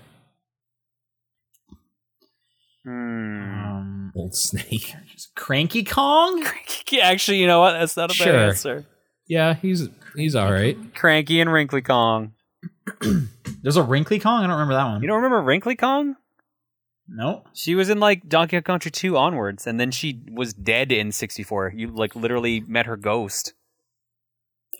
Hmm. Um, Old snake. Cranky Kong. Actually, you know what? That's not a Sure. bad answer. Yeah, he's he's all right. Cranky and Wrinkly Kong. There's a Wrinkly Kong. I don't remember that one. You don't remember Wrinkly Kong? no. She was in like Donkey Kong Country 2 onwards, and then she was dead in 64. You like literally met her ghost.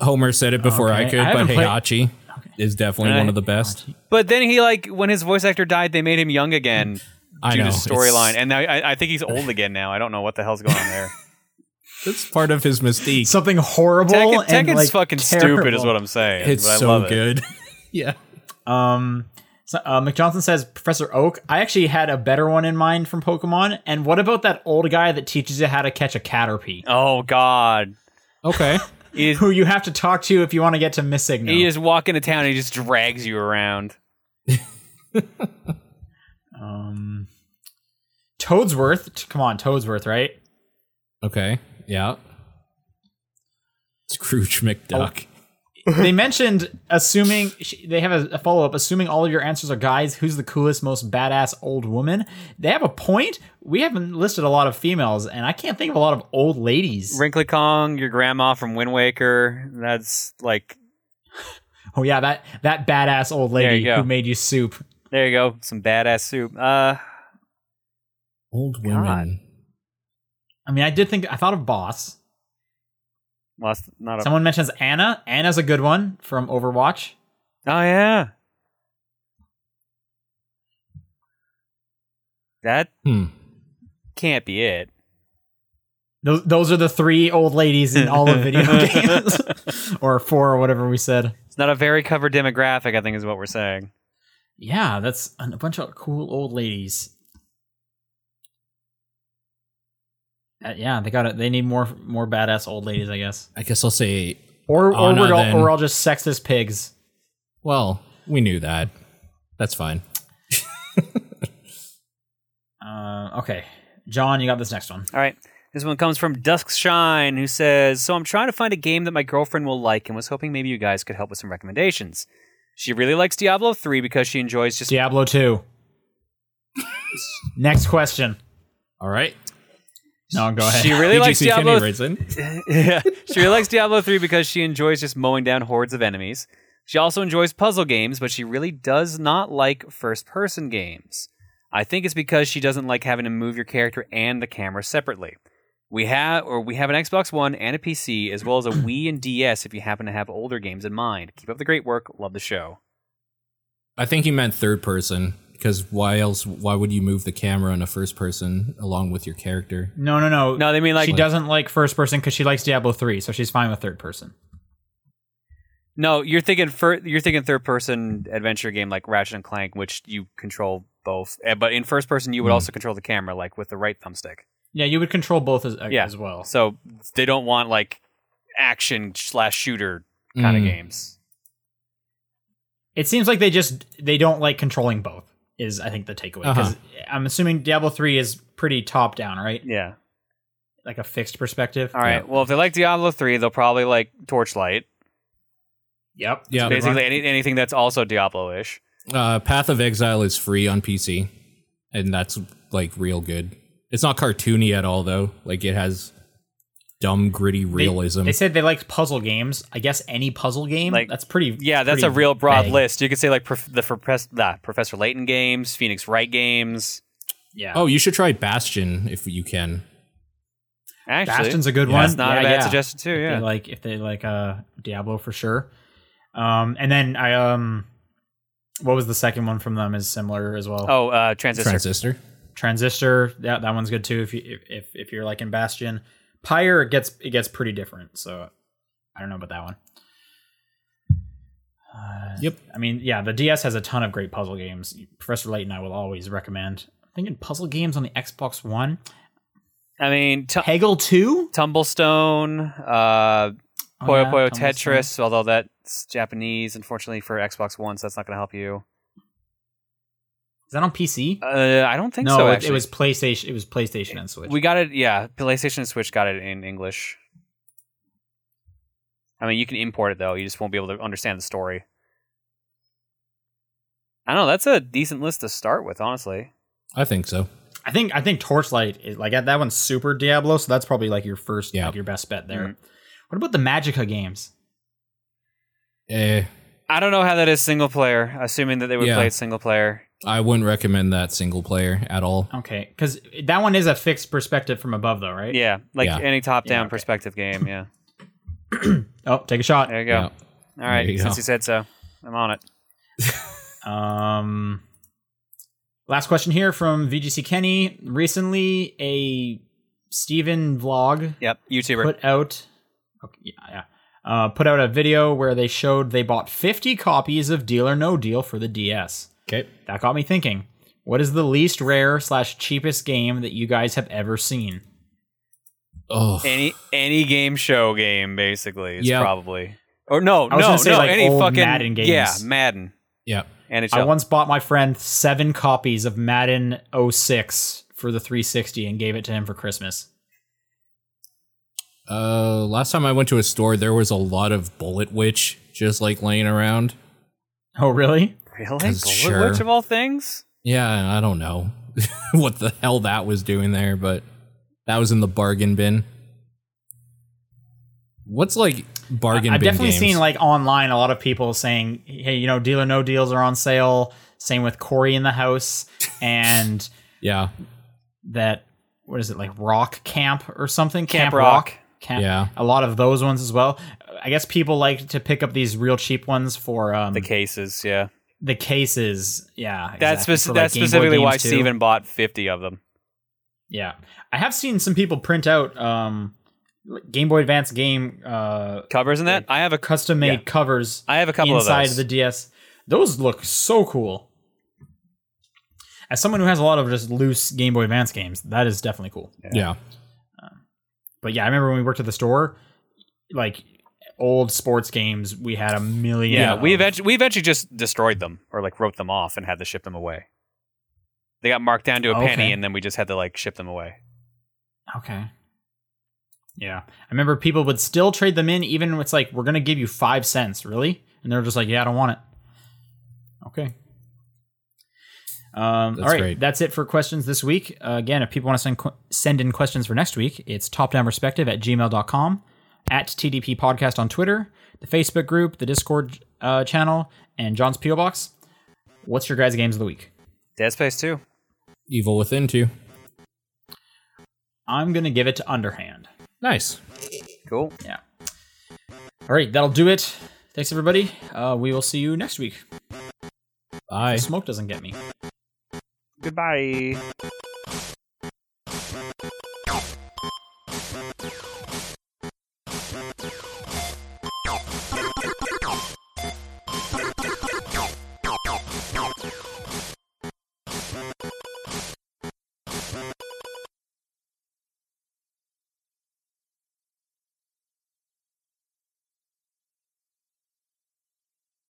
Homer said it before I Okay. could, I but haven't played- Heihachi is definitely Right. one of the best. But then he like when his voice actor died, they made him young again I due know. to it's- storyline, and now I, I think he's old again now. I don't know what the hell's going on there. It's part of his mystique. something horrible Tekken, and Tekken's like fucking terrible. stupid, is what I'm saying. It's but I so love it. good. yeah. Um, so, uh, McJohnson says Professor Oak. I actually had a better one in mind from Pokemon. And what about that old guy that teaches you how to catch a Caterpie, Oh God, Okay. he is, who you have to talk to if you want to get to Missigno? he is walking to town. And he just drags you around. Um, Toadsworth. T- Come on, Toadsworth, right? Okay. Yeah. Scrooge McDuck. Oh, they mentioned assuming she, they have a, a follow up. Assuming all of your answers are guys, who's the coolest, most badass old woman? They have a point. We haven't listed a lot of females, and I can't think of a lot of old ladies. Wrinkly Kong, your grandma from Wind Waker. That's like Oh yeah, that that badass old There lady you go. who made you soup. there you go, some badass soup. Uh, Old God. women. I mean, I did think I thought of Boss. well, that's not a, Someone mentions Anna. Anna's a good one from Overwatch. oh yeah. That Hmm. can't be it. Those, those are the three old ladies in all of video games, or four, or whatever we said. It's not a very covered demographic, I think, is what we're saying. Yeah, that's a bunch of cool old ladies. Uh, yeah, they got it. They need more more badass old ladies, I guess. I guess I'll say, Or or Anna, we're all, then. or we're all just sexist pigs. well, we knew that. That's fine. Uh, okay, John, you got this next one. All right. This one comes from Dusk Shine, who says, So I'm trying to find a game that my girlfriend will like and was hoping maybe you guys could help with some recommendations. She really likes Diablo 3 because she enjoys just. Diablo two. next question. All right. No, go ahead. She really likes PGC Diablo. Kenny Raisin. yeah. She really likes Diablo 3 because she enjoys just mowing down hordes of enemies. She also enjoys puzzle games, but she really does not like first person games. I think it's because she doesn't like having to move your character and the camera separately. We have or we have an Xbox One and a PC as well as a Wii and DS if you happen to have older games in mind. Keep up the great work. Love the show. I think he meant third person because why else? Why would you move the camera in a first person along with your character? no, no, no. No, they mean like she doesn't like first person because she likes Diablo three, so she's fine with third person. No, you're thinking fir- you're thinking third person adventure game like Ratchet and Clank which you control both. Eh, But in first person you would also control the camera like with the right thumbstick. Yeah, you would control both as, uh, Yeah. as well. So they don't want like action slash shooter kind of Mm. games. It seems like they just they don't like controlling both. Is I think the takeaway 'Cause I'm assuming Diablo three is pretty top down, right? Yeah. Like a fixed perspective. All right. Well, if they like Diablo three, they'll probably like Torchlight. Yep. Yeah, Basically, any, anything that's also Diablo ish. uh, Path of Exile is free on PC, and that's like real good. It's not cartoony at all though. Like it has dumb, gritty They- realism. They, said they liked puzzle games. I guess any puzzle game. Like- that's pretty. Yeah, that's a pretty real broad vague. list. You could say like prof- the profess- nah, Professor Layton games, Phoenix Wright games. Yeah. oh, you should try Bastion if you can. Actually, Bastion's a good Yeah. one. that's not Yeah, a bad yeah. suggestion too. If Yeah. they like if they like uh Diablo for sure. Um, and then I um, what was the second one from them is similar as well. oh, uh, Transistor. Transistor. Transistor. That that one's good too. If you if if you're liking Bastion, Pyre it gets it gets pretty different. So I don't know about that one. Uh, Yep. I mean, yeah, the DS has a ton of great puzzle games. Professor Layton, I will always recommend. I'm thinking puzzle games on the Xbox One. I mean, tu- Peggle Two. Tumblestone, uh, Puyo Puyo Oh, Tumblestone. Tetris, although that's Japanese, unfortunately, for Xbox One, so that's not going to help you. Is that on PC? Uh, I don't think no, so. it, actually. it was PlayStation. It was PlayStation and Switch. We got it. Yeah, PlayStation and Switch got it in English. I mean, you can import it though. You just won't be able to understand the story. I don't know. That's a decent list to start with, honestly. I think so. I think I think Torchlight is like that one's super Diablo, so that's probably like your first, Yeah. like your best bet there. Mhm. What about the Magica games? Eh, I don't know how that is single player. Assuming that they would Yeah. play it single player. I wouldn't recommend that single player at all. Okay, because that one is a fixed perspective from above, though, right? Yeah, like Yeah. any top-down Yeah, okay. perspective game. Yeah, Oh, take a shot. there you go. All right, There you since go. you said so, I'm on it. Um, last question here from VGC Kenny. Recently, a Steven vlog Yep, YouTuber. put out. Okay, yeah, yeah. Uh, put out a video where they showed they bought 50 copies of Deal or No Deal for the DS. Okay. That got me thinking. What is the least rare slash cheapest game that you guys have ever seen? Oh, any any game show game basically is Yeah. probably or no I was no gonna say, no like, any old fucking Madden games. yeah Madden yeah. NHL I once bought my friend seven copies of Madden 06 for the 360 and gave it to him for Christmas. Uh, last time I went to a store, there was a lot of Bullet Witch just like laying around. Oh, really? really Bullet 'Cause sure. Witch of all things Yeah, I don't know what the hell that was doing there, but that was in the bargain bin. What's like bargain I've bin? definitely games? seen like online a lot of people saying, "Hey, you know, Deal or No Deals are on sale." Same with Corey in the house, and yeah, that what is it like Rock Camp or something? Camp Rock. Camp. Yeah. a lot of those ones as well. I guess people like to pick up these real cheap ones for um, the the, cases yeah cases. Yeah, that's exactly, spec- for, like, that's Game Boy specifically games why too. Steven bought fifty of them Yeah, I have seen some people print out um, Game Boy Advance game uh, covers in that I have a cu- custom made Yeah. covers. I have a couple inside of those the DS. Those look so cool. As someone who has a lot of just loose Game Boy Advance games, that is definitely cool. yeah. But yeah, I remember when we worked at the store, like old sports games, we had a million. Yeah, of- we eventually we eventually just destroyed them or like wrote them off and had to ship them away. They got marked down to a Okay. penny, and then we just had to like ship them away. Okay. Yeah. I remember people would still trade them in, even when it's like, we're going to give you five cents, really? And they're just like, yeah, I don't want it. Okay. Um, That's all right. great. That's it for questions this week. Uh, again, if people want to send, qu- send in questions for next week, it's topdownperspective at gmail.com, at TDP Podcast on Twitter, the Facebook group, the Discord uh, channel, and John's P.O. Box. What's your guys' games of the week? Dead Space Two. Evil Within 2. I'm going to give it to Underhand. Nice. Cool. Yeah. All right, that'll do it. Thanks, everybody. Uh, we will see you next week. Bye. Smoke doesn't get me. Goodbye.